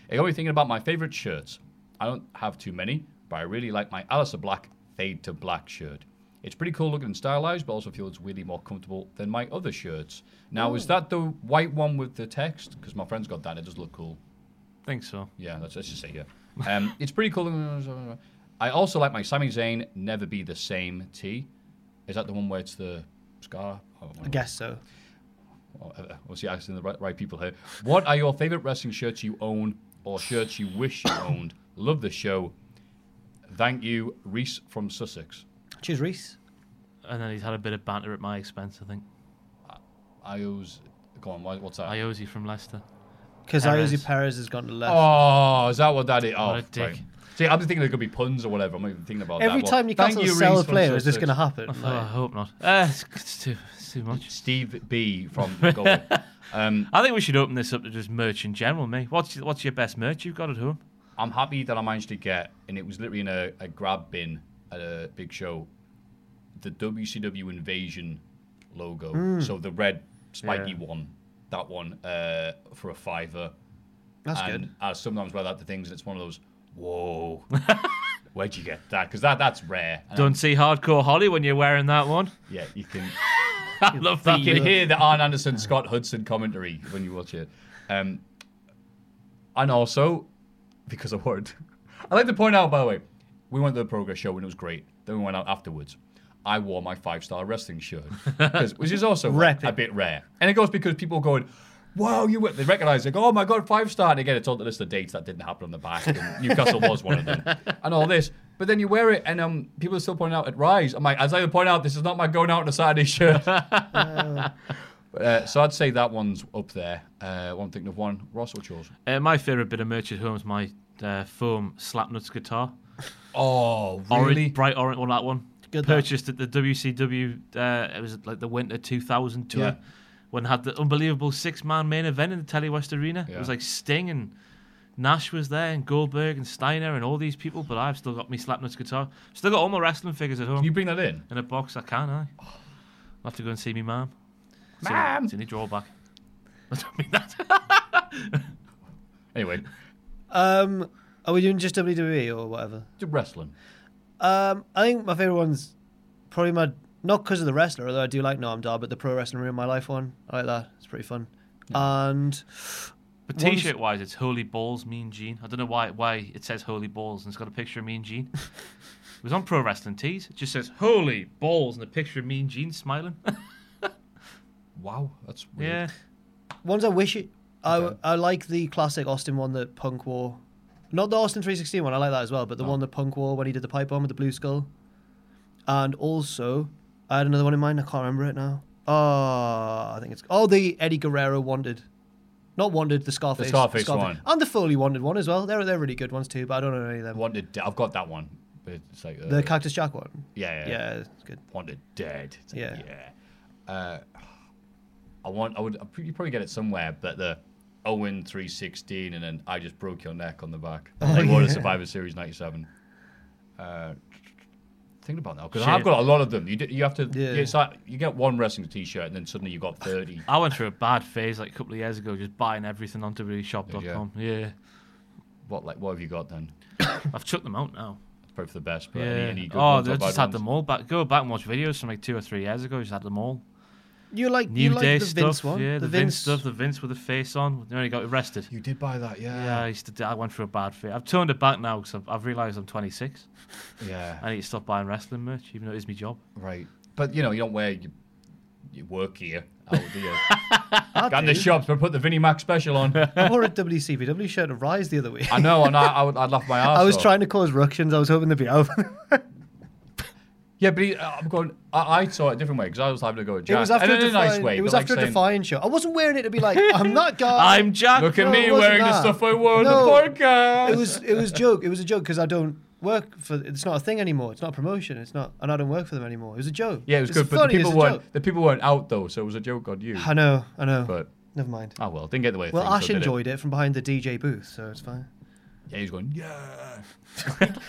It got me thinking about my favorite shirts. I don't have too many, but I really like my Alistair Black fade to black shirt. It's pretty cool looking and stylized, but also feels weirdly more comfortable than my other shirts. Now, is that the white one with the text? Because my friend's got that. and It does look cool. Think so. Yeah, that's, let's just say yeah. Um, it's pretty cool. I also like my Sami Zayn "Never Be the Same" tee. Is that the one where it's the scar? Oh, I guess so. well, uh, uh, obviously asking the right, right people here. What are your favorite wrestling shirts you own or shirts you wish you owned? Love the show. Thank you, Reese from Sussex. Cheers, Reese. And then he's had a bit of banter at my expense. I think. I always go on. why- What's that? Iosi from Leicester. Because Perez. Iosi Perez has gone to left. oh, is that what that is? Oh, What a dick. right. See, I'm just thinking there could be puns or whatever. I'm not even thinking about that. Every Well, time you thank cancel a sell Reese a from player, is this Sussex. going to happen? Oh, I Like, hope not. Uh, it's, it's too it's too much. Steve B from Goal. I think we should open this up to just merch in general, mate. What's what's your best merch you've got at home? I'm happy that I managed to get, and it was literally in a, a grab bin at a big show, the WCW Invasion logo. So the red spiky one, that one uh, for a fiver. That's and good. I sometimes wear that to things, and it's one of those, whoa, where'd you get that? Because that that's rare. And Don't see hardcore Holly when you're wearing that one. yeah, you can I love that. you can hear the Arn Anderson Scott Hudson commentary when you watch it. Um, and also, because I would, I'd like to point out, by the way, we went to the Progress show and it was great. Then we went out afterwards. I wore my five star wrestling shirt, 'cause- which is also Rep it. a bit rare. And it goes because people going, Wow, you were-" they recognize, they go, Oh my God, five star. And again, it's on the list of dates that didn't happen on the back. And Newcastle was one of them, and all this. But then you wear it, and um, people are still pointing out at Rise. I'm like, as I point out, this is not my going out on a Saturday shirt. Uh, so I'd say that one's up there. Uh, one thinking of one. Ross, what's yours? Uh, my favorite bit of merch at home is my uh, foam slapnuts guitar. Oh, Orange, bright orange, well, that one. Good, that. Purchased at the WCW. Uh, it was like the winter 2000 tour Yeah. when they had the unbelievable six-man main event in the Telly West Arena. It was Yeah. like Sting and Nash was there and Goldberg and Steiner and all these people. But I've still got my slapnuts guitar. Still got all my wrestling figures at home Can you bring that in? in a box. I can. I. I'll have to go and see me mum. Ma'am! It's any drawback. I don't mean that. Anyway, Um, are we doing just WWE or whatever? to wrestling. Um, I think my favorite one's probably my not because of the wrestler, although I do like Noam Dar, but the pro wrestling ruined my life one. I like that; it's pretty fun. And But One's- T-shirt wise, it's Holy Balls Mean Gene. I don't know why why it says Holy Balls and it's got a picture of Mean Gene. it was on Pro Wrestling Tees. It just says Holy Balls and a picture of Mean Gene smiling. Wow, that's weird. yeah, ones I wish it, I Okay. I like the classic Austin one that Punk wore, not the Austin three sixteen one. I like that as well, Oh. but the one that Punk wore when he did the pipe bomb with the blue skull. And also, I had another one in mind. I can't remember it now. Oh, I think it's oh the Eddie Guerrero wanted, not wanted the Scarface, Scarface one. and the Foley wanted one as well. They're they're really good ones too, but I don't know any of them. Wanted. De- I've got that one. But it's like uh, The Cactus Jack one. yeah, yeah, Yeah, it's good. Wanted dead. It's like, Yeah. yeah. Uh, I want. I would. I'd pr- You probably get it somewhere, but the Owen three sixteen, and then I just broke your neck on the back. like Water Survivor Series ninety seven. Uh, think about that because I've Shit. got a lot of them. You do, you have to. Yeah. It's like you get one wrestling t shirt, and then suddenly you got thirty. I went through a bad phase like a couple of years ago, just buying everything on WWEshop.com. Yeah, what like what have you got then? I've chucked them out now. It's probably for the best. But Yeah. any, any good oh, ones they or bad just had ones? them all back. Go back and watch videos from like two or three years ago. Just had them all. You like New you like Day the stuff. Vince one? Yeah, the, Vince stuff. The Vince with the face on. You know, he got arrested. You did buy that, Yeah, Uh, I yeah. used to. do- I went through a bad phase. I've turned it back now because I've, I've realised I'm 26. Yeah. I need to stop buying wrestling merch, even though it is my job. right. But you know, you don't wear your, your work gear out, do you? Got in the do. shops, but put the Vinnie Mac special on. I wore a WCPW shirt of Rise the other week. I know, and I, I would, I'd laugh my ass I was off. trying to cause ructions. I was hoping they'd be over. Yeah, but he, uh, I'm going. I, I saw it a different way because I was having to go at it Jack. was after and a in a defiant, nice way. it was but, like, after a saying, defiant show. I wasn't wearing it to be like I'm that guy. I'm Jack. Look at No, it me wasn't wearing the that. stuff I wore on No. the podcast. It was it was joke. It was a joke because I don't work for. It's not a thing anymore. It's not a promotion. It's not, and I don't work for them anymore. It was a joke. yeah, it was It's good, but funny, the it's people a weren't. joke. The people weren't out though, so it was a joke on you. I know. I know. But Never mind. oh well, didn't get in the way. Of Well, things, Ash so did it. enjoyed it from behind the DJ booth, so it's fine. Yeah, he's going yeah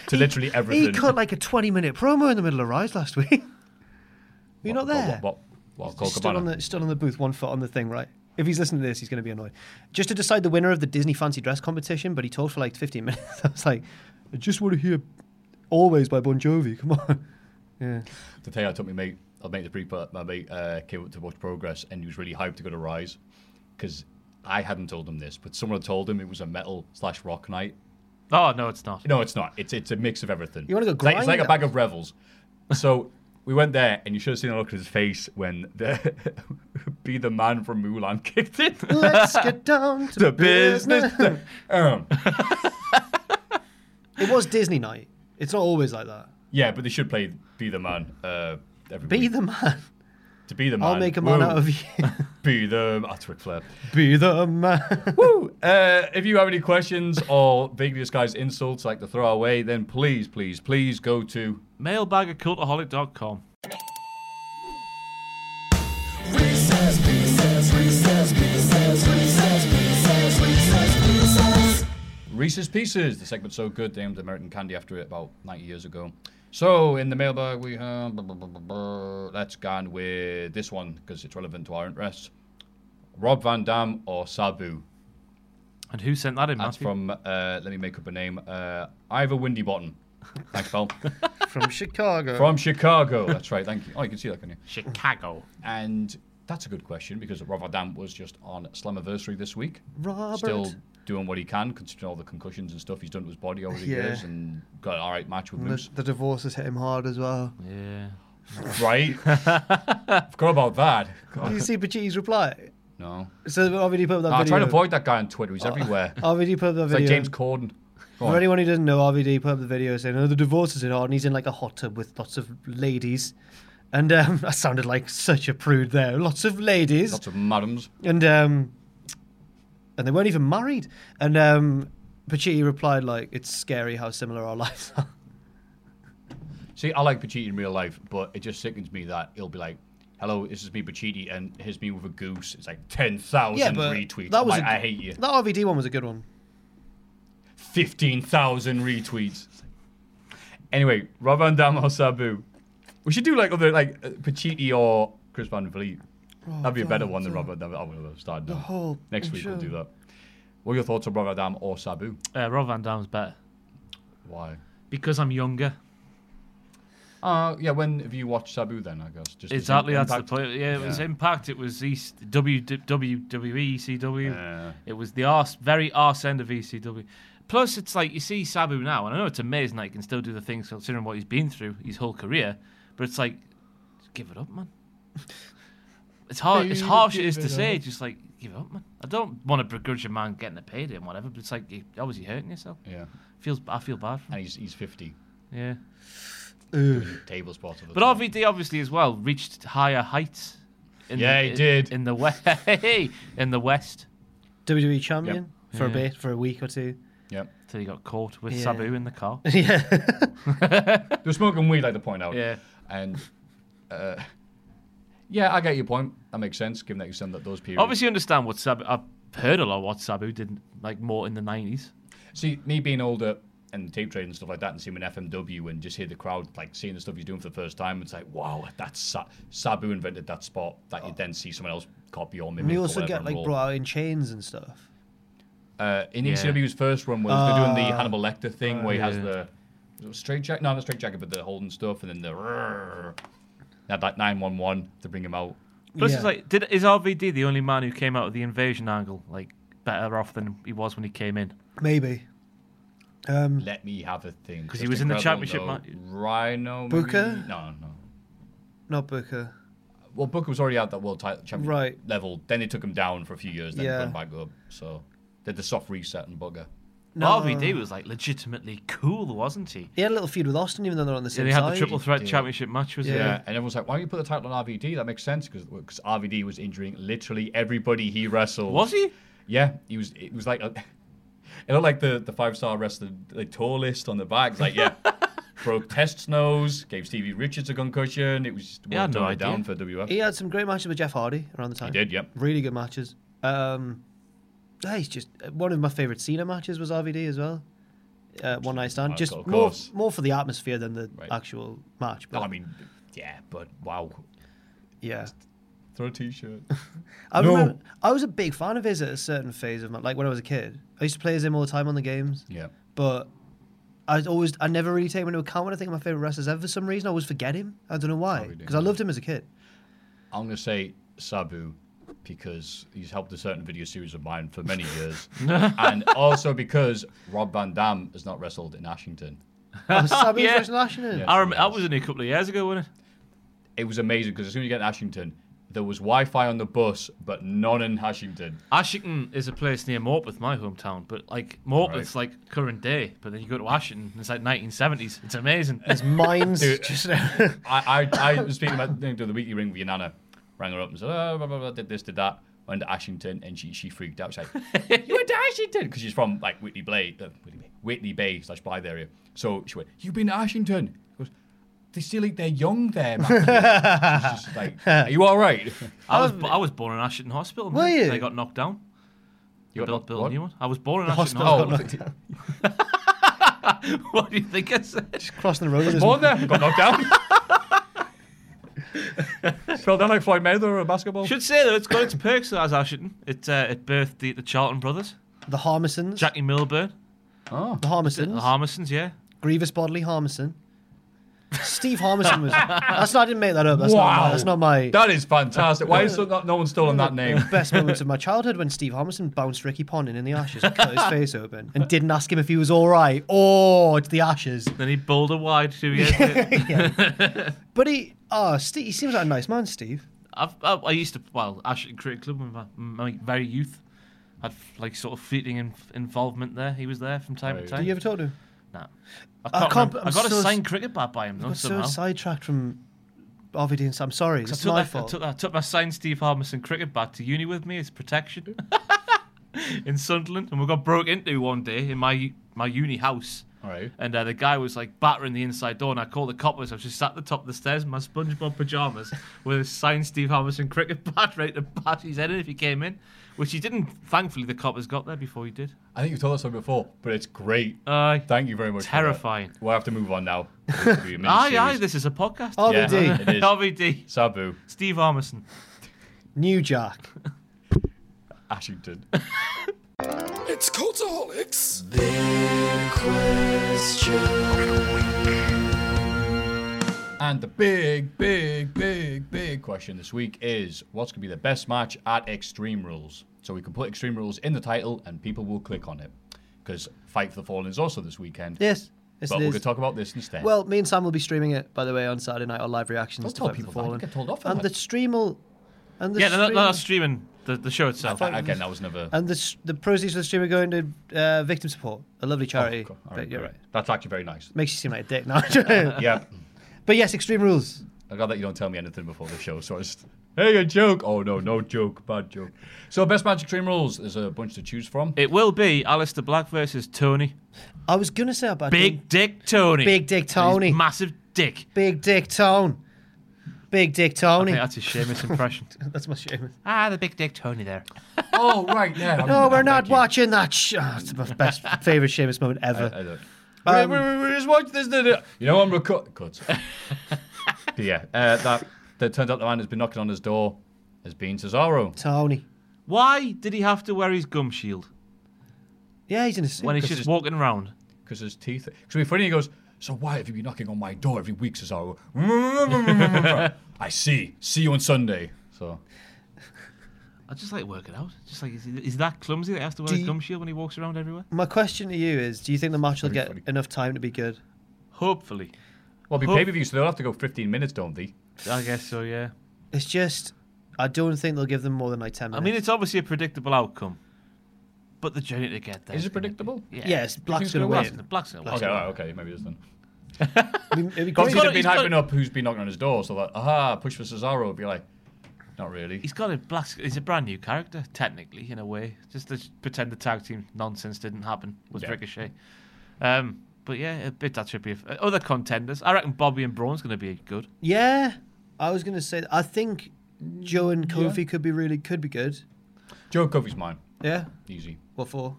to literally everything. He cut like a 20 minute promo in the middle of Rise last week. Were you not there? What? What? what, what stood on Copacabana? the stood on the booth, one foot on the thing, right? If he's listening to this, he's going to be annoyed. Just to decide the winner of the Disney fancy dress competition, but he talked for like 15 minutes. I was like, I just want to hear "Always" by Bon Jovi. Come on. Yeah. To tell you, I took my mate, I mate the pre my mate uh, came up to watch Progress and he was really hyped to go to Rise because I hadn't told him this, but someone had told him it was a metal slash rock night. Oh no, it's not. No, it's not. It's it's a mix of everything. You wanna go It's like, it's like a grind bag of revels. So we went there and you should have seen the look on his face when the Be the Man from Mulan kicked in. Let's get down to The business. um, It was Disney night. It's not always like that. yeah, but they should play Be the Man. Uh, every Be week. the man. to be the man. I'll make a man Woo. out of you. Be the. That's Ric Flair. Be the man. Woo! Uh, if you have any questions or vaguely disguised insults like the throw away, then please, please, please go to. Mailbag at cultaholic.com. Reese's Pieces, the segment so good they named American Candy after it about 90 years ago. So in the mailbag we have, blah, blah, blah, blah, blah. let's go on with this one because it's relevant to our interests. Rob Van Dam or Sabu? And who sent that in, That's Matthew? from, uh, let me make up a name, uh, Ivor Windybottom. Thanks, pal. From Chicago. from Chicago. That's right, thank you. Oh, you can see that, can you? Chicago. And that's a good question because Robert Damp was just on Slammiversary this week. Robert. Still doing what he can, considering all the concussions and stuff he's done to his body over the Yeah. years and got an alright match with The, Moose. the divorce has hit him hard as well. Oh Yeah. right? Forgot about that. Did you see Pachiti's reply? No. So I've already put up that No, I video. try to avoid that guy on Twitter. Oh. He's everywhere. RVD put up that It's video. like James Corden. Go on. For anyone who doesn't know, RVD put up the video saying, "Oh, the divorce is in hard," and he's in like a hot tub with lots of ladies. And um, I sounded like such a prude there. Lots of ladies, Lots of madams. and um, and they weren't even married. And um, Pacitti replied like, "It's scary how similar our lives are." See, I like Pachiti in real life, but it just sickens me that he'll be like, "Hello, this is me, Pachiti," and here's me with a goose. It's like ten thousand retweets. I'm like, a- I hate you. That RVD one was a good one. Fifteen thousand retweets. Anyway, Rob Van Dam or Sabu. We should do like other like uh, Pachiti or Chris Van Vliet. That'd be a better one than Rob Van Dam. I would have started now. whole- Next week we'll do that. What are your thoughts on Rob Van Dam or Sabu? Uh, Rob Van Dam's better Why? because I'm younger. Uh, yeah, when have you watched Sabu then, I guess? Just Exactly, that's the impact- point. Yeah, it was Yeah. Impact. It was East W E, WWE ECW. Yeah. It was the arse, very arse end of ECW. Plus, it's like you see Sabu now, and I know it's amazing that he can still do the things considering what he's been through his whole career. But it's like, just give it up, man. It's hard. It's Baby, harsh it give is to it say, just like give it up, man. I don't want to begrudge a man getting a payday and whatever, but it's like you're obviously hurting yourself. Yeah. Feels I feel bad for him. And he's, he's 50. Yeah. Table spots. But RVD obviously as well reached higher heights. In Yeah, the, he did. in the west. in the west, WWE E champion for a Yeah. bit, for a week or two. Yep. till he got caught with Yeah. Sabu in the car. yeah, They're smoking weed, like to point out. Yeah. And, uh, yeah, I get your point. That makes sense, given that you send that those periods. Obviously, understand what Sabu. I've heard a lot what Sabu did, like more in the nineties. See, me being older and tape trade and stuff like that, and seeing him in FMW and just hear the crowd, like, seeing the stuff he's doing for the first time, it's like, wow, that's Sa- Sabu invented that spot that you then see someone else copy or mimic. and he or Oh. also whatever get and like roll. brought out in chains and stuff. Uh, in Yeah. ECW's first run, was they're doing Ah. the Hannibal Lecter thing where he has Yeah. the is it a straight jacket, no, not straight jacket, but the holding stuff, and then the had that nine one one to bring him out. Plus, Yeah. it's like, did is RVD the only man who came out of the invasion angle like better off than he was when he came in? Maybe. Um, Let me have a thing 'Cause he Just was in the incredible, championship though. match. Rhino Booker? maybe? No, no. not Booker. Well, Booker was already at that world title champion Right. level. Then they took him down for a few years, then Yeah. went back up. So did the soft reset and Booker. No. RVD was like legitimately cool, wasn't he? He had a little feud with Austin, even though they're on the Yeah, same they had the side. triple threat championship match, was Yeah. it? and everyone's like, "Why don't you put the title on RVD? That makes sense because RVD was injuring literally everybody he wrestled." Was he? Yeah, he was. It was like a, it looked like the the five star wrestler, the tallest on the back. It's like, yeah, broke Test's nose, gave Stevie Richards a concussion. It was just Yeah, I had no totally idea. down for WF. He had some great matches with Jeff Hardy around the time. did, yep. Really good matches. Um, yeah, he's just uh, one of my favorite Cena matches was RVD as well. Uh, one night stand, Of just course. more more for the atmosphere than the Right. actual match. But No, I mean, yeah, but wow, yeah, throw a t-shirt. I No. remember I was a big fan of his at a certain phase of my like when I was a kid. I used to play as him all the time on the games. yeah, but I was always I never really take him into account when I think of my favorite wrestlers ever. For some reason, I always forget him. I don't know why do. because I loved him as a kid. I'm gonna say Sabu because he's helped a certain video series of mine for many years, and also because Rob Van Dam has not wrestled in Ashington. Oh, Sabu Yeah. was Ashton. Yeah. I rem- that was only a couple of years ago, wasn't it? It was amazing because as soon as you get in Ashington, there was Wi-Fi on the bus, but none in Ashington. Ashington is a place near Morpeth, my hometown, but like Morpeth's like current day, but then you go to Ashington, it's like 1970s. It's amazing. His mind's just I, I, I was speaking about doing the weekly ring with your nana. Rang her up and said, oh, blah, blah, blah, did this, did that. Went to Ashington and she, she freaked out. She's like, you went to Ashington? Because she's from like Whitney Bay, uh, Whitney Bay, Whitney Bay slash Blythe area. So she went, you've been to Ashington? She goes, they still eat their young there, man. she's just like, are you all right? I was I was born in Ashton Hospital. Were mate. you? They got knocked down. You got built, knocked- built what? a new one. I was born in Ashton hospital Hospital. got knocked down. what do you think I said? crossing the road. with his- Born there, got knocked down. Fell down like Floyd Mayweather or basketball. Should say though, it's got its perks though, as Ashton. It uh, it birthed the, the Charlton brothers. The Harmisons. Jackie Milburn, Oh, the Harmisons. the Harmisons, yeah. Grievous Bodley Harmison. Steve Harmison was. That's not. I didn't make that up. That's not. wow. My, that's not my That is fantastic. Why is so- not, no one stolen that name? best moments of my childhood when Steve Harmison bounced Ricky Ponting in the ashes and cut his face open and didn't ask him if he was all right. Oh, it's the ashes. Then he bowled a wide two years. ago. But he, oh, Steve, he seems like a nice man, Steve. I've, I, I used to well, Ashton Cricket Club when my, my very youth. Had like sort of fleeting in, involvement there. He was there from time to Right. time. Do you ever talk to him? Nah. I I can't. can't- remember. I'm I got so a s- signed cricket bat by him though, I'm so somehow. sidetracked from RVD and Sam. I'm sorry, I it's took, my that- I fault. took, I took my signed Steve Harmison cricket bat to uni with me as protection in Sunderland, and we got broke into one day in my my uni house. All right. And uh, the guy was like battering the inside door, and I called the coppers. I was just sat at the top of the stairs in my SpongeBob pajamas with a signed Steve Harmison cricket bat ready to bat his head in if he came in, which he didn't. Thankfully, the coppers got there before he did. I think you've told us something before, but it's great. Aye. Thank you very much. for that. Terrifying. We'll have to move on now. This will be a aye, mini-series. aye, this is a podcast. Oh, Yeah, RVD. it is. RVD. Sabu, Steve Harmison. New Jack. Ashington. It's Cultaholics. And the big, big, big, big question this week is what's going to be the best match at Extreme Rules? So we can put Extreme Rules in the title and people will click on it. Because Fight for the Fallen is also this weekend. Yes. Yes, But it we're is. going to talk about this instead. Well, me and Sam will be streaming it, by the way, on Saturday night on live reactions. Don't to tell Fight for people the that, you Fallen. get told off for And that. the stream will. And the yeah, no, no, stream- no, streaming the, the show I itself. thought- again, that was never. And the, s- the proceeds of the stream are going to uh, victim support, a lovely charity. Cool. Oh, All But right, you're great. right. That's actually very nice. Makes you seem like a dick now. Yeah. but yes, Extreme Rules. I'm glad that you don't tell me anything before the show. So I just, hey, a joke. Oh, no, no joke. Bad joke. So, best match Extreme Rules. There's a bunch to choose from. It will be Alistair Black versus Tony. I was gonna say about Big Dick Tony. Big Dick Tony. His massive dick. Big Dick Tone. Big Dick I Tony. think that's his shameless impression. That's my shame. ah, the Big Dick Tony there. oh, right. Yeah. I remember No, now, we're not thank you. watching that. Sh- oh, it's my best favorite Seamus moment ever. Um, I don't. we, we- we just watched this. did it? You know, I'm record. Cut. But yeah, uh, that, that turns out the man who's been knocking on his door has been Cesaro. Tony. Why did he have to wear his gum shield Yeah, he's in a suit. when he's 'Cause just his- walking around? Because his teeth. Because it'd be funny, he goes, So why have you been knocking on my door every week, Cesaro? I see. See you on Sunday. So, I just like working out. Just like, is he, is he that clumsy that he has to wear Do a you- gum shield when he walks around everywhere? my question to you is: Do you think the match will get funny. enough time to be good? Hopefully. well, it'll be Hope- pay per view, so they'll have to go 15 minutes, don't they? I guess so, yeah. It's just, I don't think they'll give them more than like ten I minutes. mean, it's obviously a predictable outcome, but the journey to get there. Is is it gonna be- predictable? Yeah. yes, Black's Who's gonna gonna Black's, win. Black's gonna win. Okay, all right, okay, maybe it is then. I mean, it'd be great. Because he's got been it, he's got hyping it. up who's been knocking on his door, so like, aha, push for Cesaro. It'd be like, not really. He's got a black. He's a brand new character, technically, in a way. Just to pretend the tag team nonsense didn't happen with Yeah. Ricochet. Um, but yeah, a bit that should be a, other contenders. I reckon Bobby and Braun's going to be good. Yeah, I was gonna say. I think Joe and Kofi could be really could be good. Joe Covey's mine. Yeah. Easy. What for?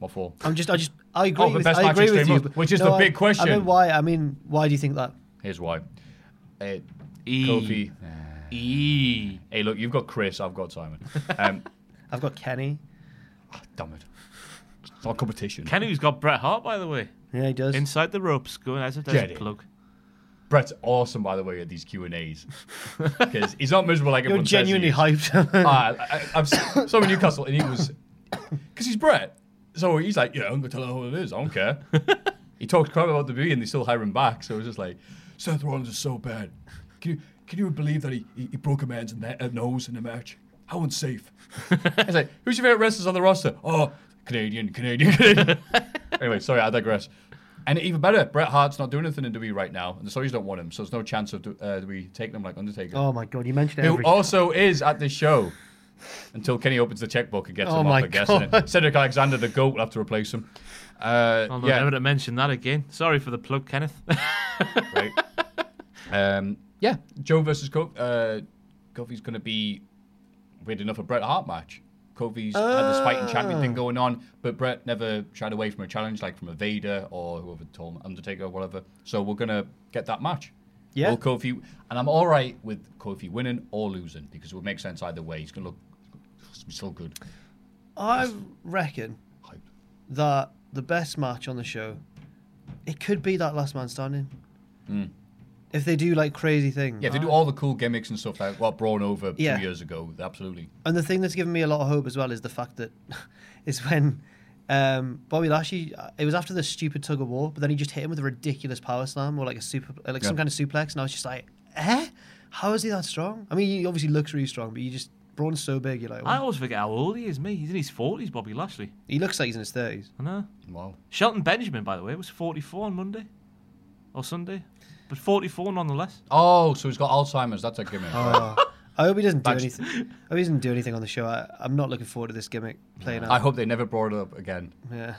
What for? I'm just, I just, I agree for with, Oh, best I match agree with extreme you, rules, but- which is no, the I- big question. I mean, why? I mean, why do you think that? Here's why. Uh, Hey, E. Kofi. E. Hey, look, you've got Chris. I've got Simon. Um, I've got Kenny. damn it. It's not competition. Kenny's got Bret Hart, by the way, Yeah, he does. inside the ropes. Going as if Get there's a it. plug. Brett's awesome, by the way, at these Q and A's because he's not miserable like You're everyone genuinely says he is. hyped. Ah, I, I, I've seen someone in Newcastle, and he was because he's Brett, so he's like, yeah, I'm gonna tell her who it is. I don't care. he talked crap about the movie, and they still hire him back. So it was just like, Seth Rollins is so bad. Can you can you believe that he he, he broke a man's ne- uh, nose in a match? How unsafe. I was like, who's your favorite wrestlers on the roster? Oh, Canadian, Canadian, Canadian. anyway, sorry, I digress. And even better, Bret Hart's not doing anything in WWE right now, and the Saudis don't want him, so there's no chance of do- uh, we taking him like Undertaker oh my god, you mentioned who every. also is at this show until Kenny opens the checkbook and gets Oh him off, my I guess. and then Cedric Alexander, the GOAT, will have to replace him. Uh, Although yeah, never to mention that again. Sorry for the plug, Kenneth. right. Um, yeah, Joe versus Kofi. Uh, Kofi's going to be weird enough a Bret Hart match. Kofi's had this fighting champion Oh. thing going on, but Bret never shied away from a challenge like from a Vader or whoever told him, Undertaker or whatever. So we're going to get that match. Yeah. Will Kofi, and I'm all right with Kofi winning or losing because it would make sense either way. He's going to look he's still good. I reckon that the best match on the show, it could be that last man standing. Hmm. If they do like crazy things. Yeah, if they do all the cool gimmicks and stuff that got brawn over Yeah. two years ago. Absolutely. And the thing that's given me a lot of hope as well is the fact that is when um, Bobby Lashley. It was after the stupid tug of war, but then he just hit him with a ridiculous power slam or like a super, like some Yeah. kind of suplex, and I was just like, eh, how is he that strong? I mean, he obviously looks really strong, but you just Braun's so big, you're like, I "Well, always forget how old he is. Me, he's in his forties. Bobby Lashley. he looks like he's in his thirties. I know. Wow. Shelton Benjamin, by the way, was 44 on Monday or Sunday, but 44 nonetheless. Oh, so he's got Alzheimer's. That's a gimmick. I hope he doesn't do Thanks. anything. I hope he doesn't do anything on the show. I, I'm not looking forward to this gimmick playing I out. hope they never brought it up again. Yeah.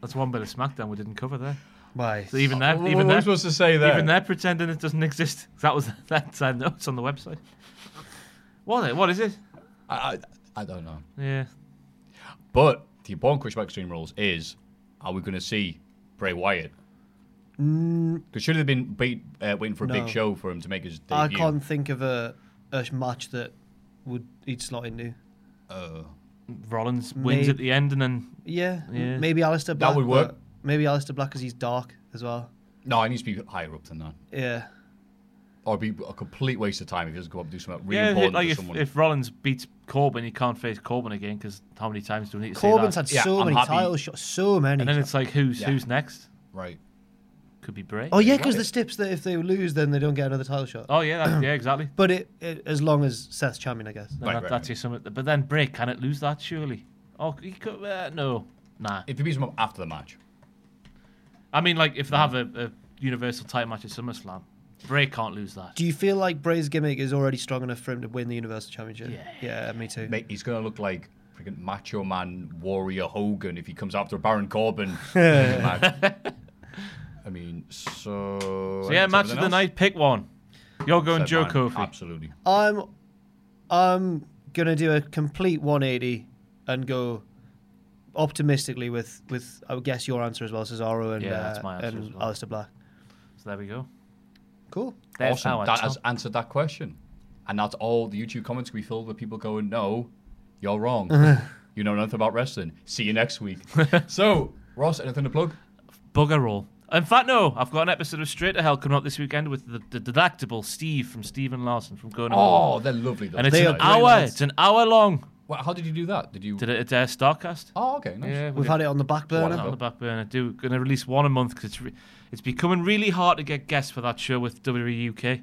That's one bit of SmackDown we didn't cover there. Why? So even that, what even were we that, supposed to say there? even there, pretending it doesn't exist. That was that's our notes on the website. What? it- What is it? I, I, I don't know. Yeah. But the important question about Extreme Rules is are we going to see Bray Wyatt? Because should have been beat, uh, waiting for a No. big show for him to make his debut. I can't think of a, a match that would he'd slot into. Rollins wins May- at the end, and then Yeah, m- Yeah. maybe Alistair That Black. would work. but Maybe Alistair Black because he's dark as well. No, he needs to be higher up than that. Yeah. Or it'd be a complete waste of time if he doesn't go up and do something really yeah, important like to if, someone. if Rollins beats Corbin, he can't face Corbin again because how many times do we need to Corbin's see that? had Yeah, so I'm many happy. title shots, so many. and then it's like who's Yeah. who's next? right. Could be Bray. oh yeah, because the stips that if they lose, then they don't get another title shot. Oh yeah, that, yeah, exactly. But it, it as long as Seth's champion, I guess. Then Right, that, right, that's right. your summit. But then Bray can it lose that surely? Oh, he could. Uh, no, nah. If he beats him up after the match. I mean, like if Mm. they have a, a universal title match at SummerSlam, Bray can't lose that. Do you feel like Bray's gimmick is already strong enough for him to win the Universal Championship? Yeah. Yeah, me too. Mate, he's going to look like freaking Macho Man Warrior Hogan if he comes after Baron Corbin. in the match. I mean, so. so yeah, match of the night. Pick one. You're going Joe Kofi. Absolutely. I'm, I'm gonna do a complete 180 and go optimistically with with I would guess your answer as well, Cesaro and Yeah, uh, that's my answer and as well. Alistair Black. So there we go. Cool. There's awesome. our That top- has answered that question. And that's all the YouTube comments we filled with people going, no, you're wrong. you know nothing about wrestling. See you next week. so, Ross, anything to plug? bugger all. In fact, no, I've got an episode of Straight to Hell coming up this weekend with the, the delectable Steve from Stephen Larson from Going Home. Oh, they're lovely. Though. and it's they an are great hour. lads. It's an hour long. Well, how did you do that? Did you? Did it at uh, Starcast? Oh, okay. Nice. Yeah, We've had it on the back Put burner. that on the back burner. Do going to release one a month because it's re- it's becoming really hard to get guests for that show with WWE UK.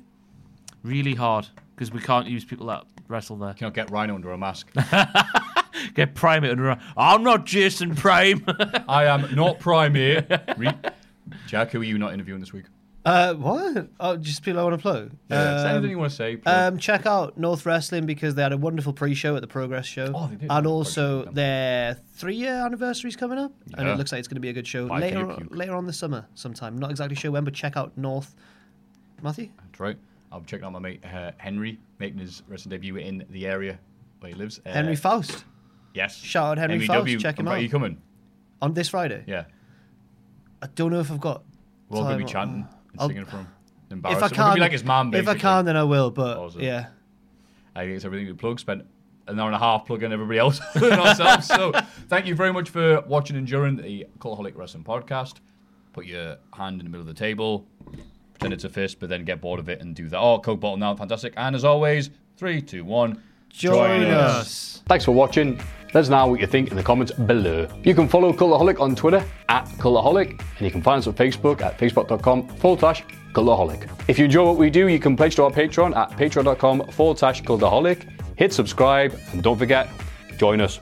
Really hard because we can't use people that wrestle there. Cannot get Rhino under a mask. Get Prime it under. I'm not Jason Prime. I am not prime here. Re- Jack, who are you not interviewing this week? Uh, what? Oh, just people I want to plug. Yeah, is there Um, anything you want to say? plug? um, check out North Wrestling because they had a wonderful pre-show at the Progress show, Oh, they did. and Oh, also yeah. their three-year anniversary's coming up, and Yeah. it looks like it's going to be a good show Bye, later puke, puke. later on this summer sometime. Not exactly sure when, but check out North. Matthew, That's right. I'm checking out my mate uh, Henry making his wrestling debut in the area where he lives. Uh, Henry Faust yes. shout out Henry MEW, Faust, check him I'm- out. Are you coming? on this Friday. Yeah. I don't know if I've got. We're all gonna be time. chanting and I'll- singing for him. If Embarrassing. I We're gonna can, be like his mom. if I basically. can, then I will. But Awesome. yeah, I think it's everything we plug. Spent an hour and a half plugging everybody else and ourselves. so thank you very much for watching and enduring the Cultaholic Wrestling Podcast. Put your hand in the middle of the table, pretend it's a fist, but then get bored of it and do that. Oh, Coke bottle now, fantastic. And as always, three, two, one. Join Thanks for watching. Let us know what you think in the comments below. You can follow Cultaholic on Twitter at Cultaholic, and you can find us on Facebook at facebook.com forward slash Cultaholic. If you enjoy what we do, you can pledge to our Patreon at patreon.com forward slash Cultaholic. Hit subscribe, and don't forget, join us.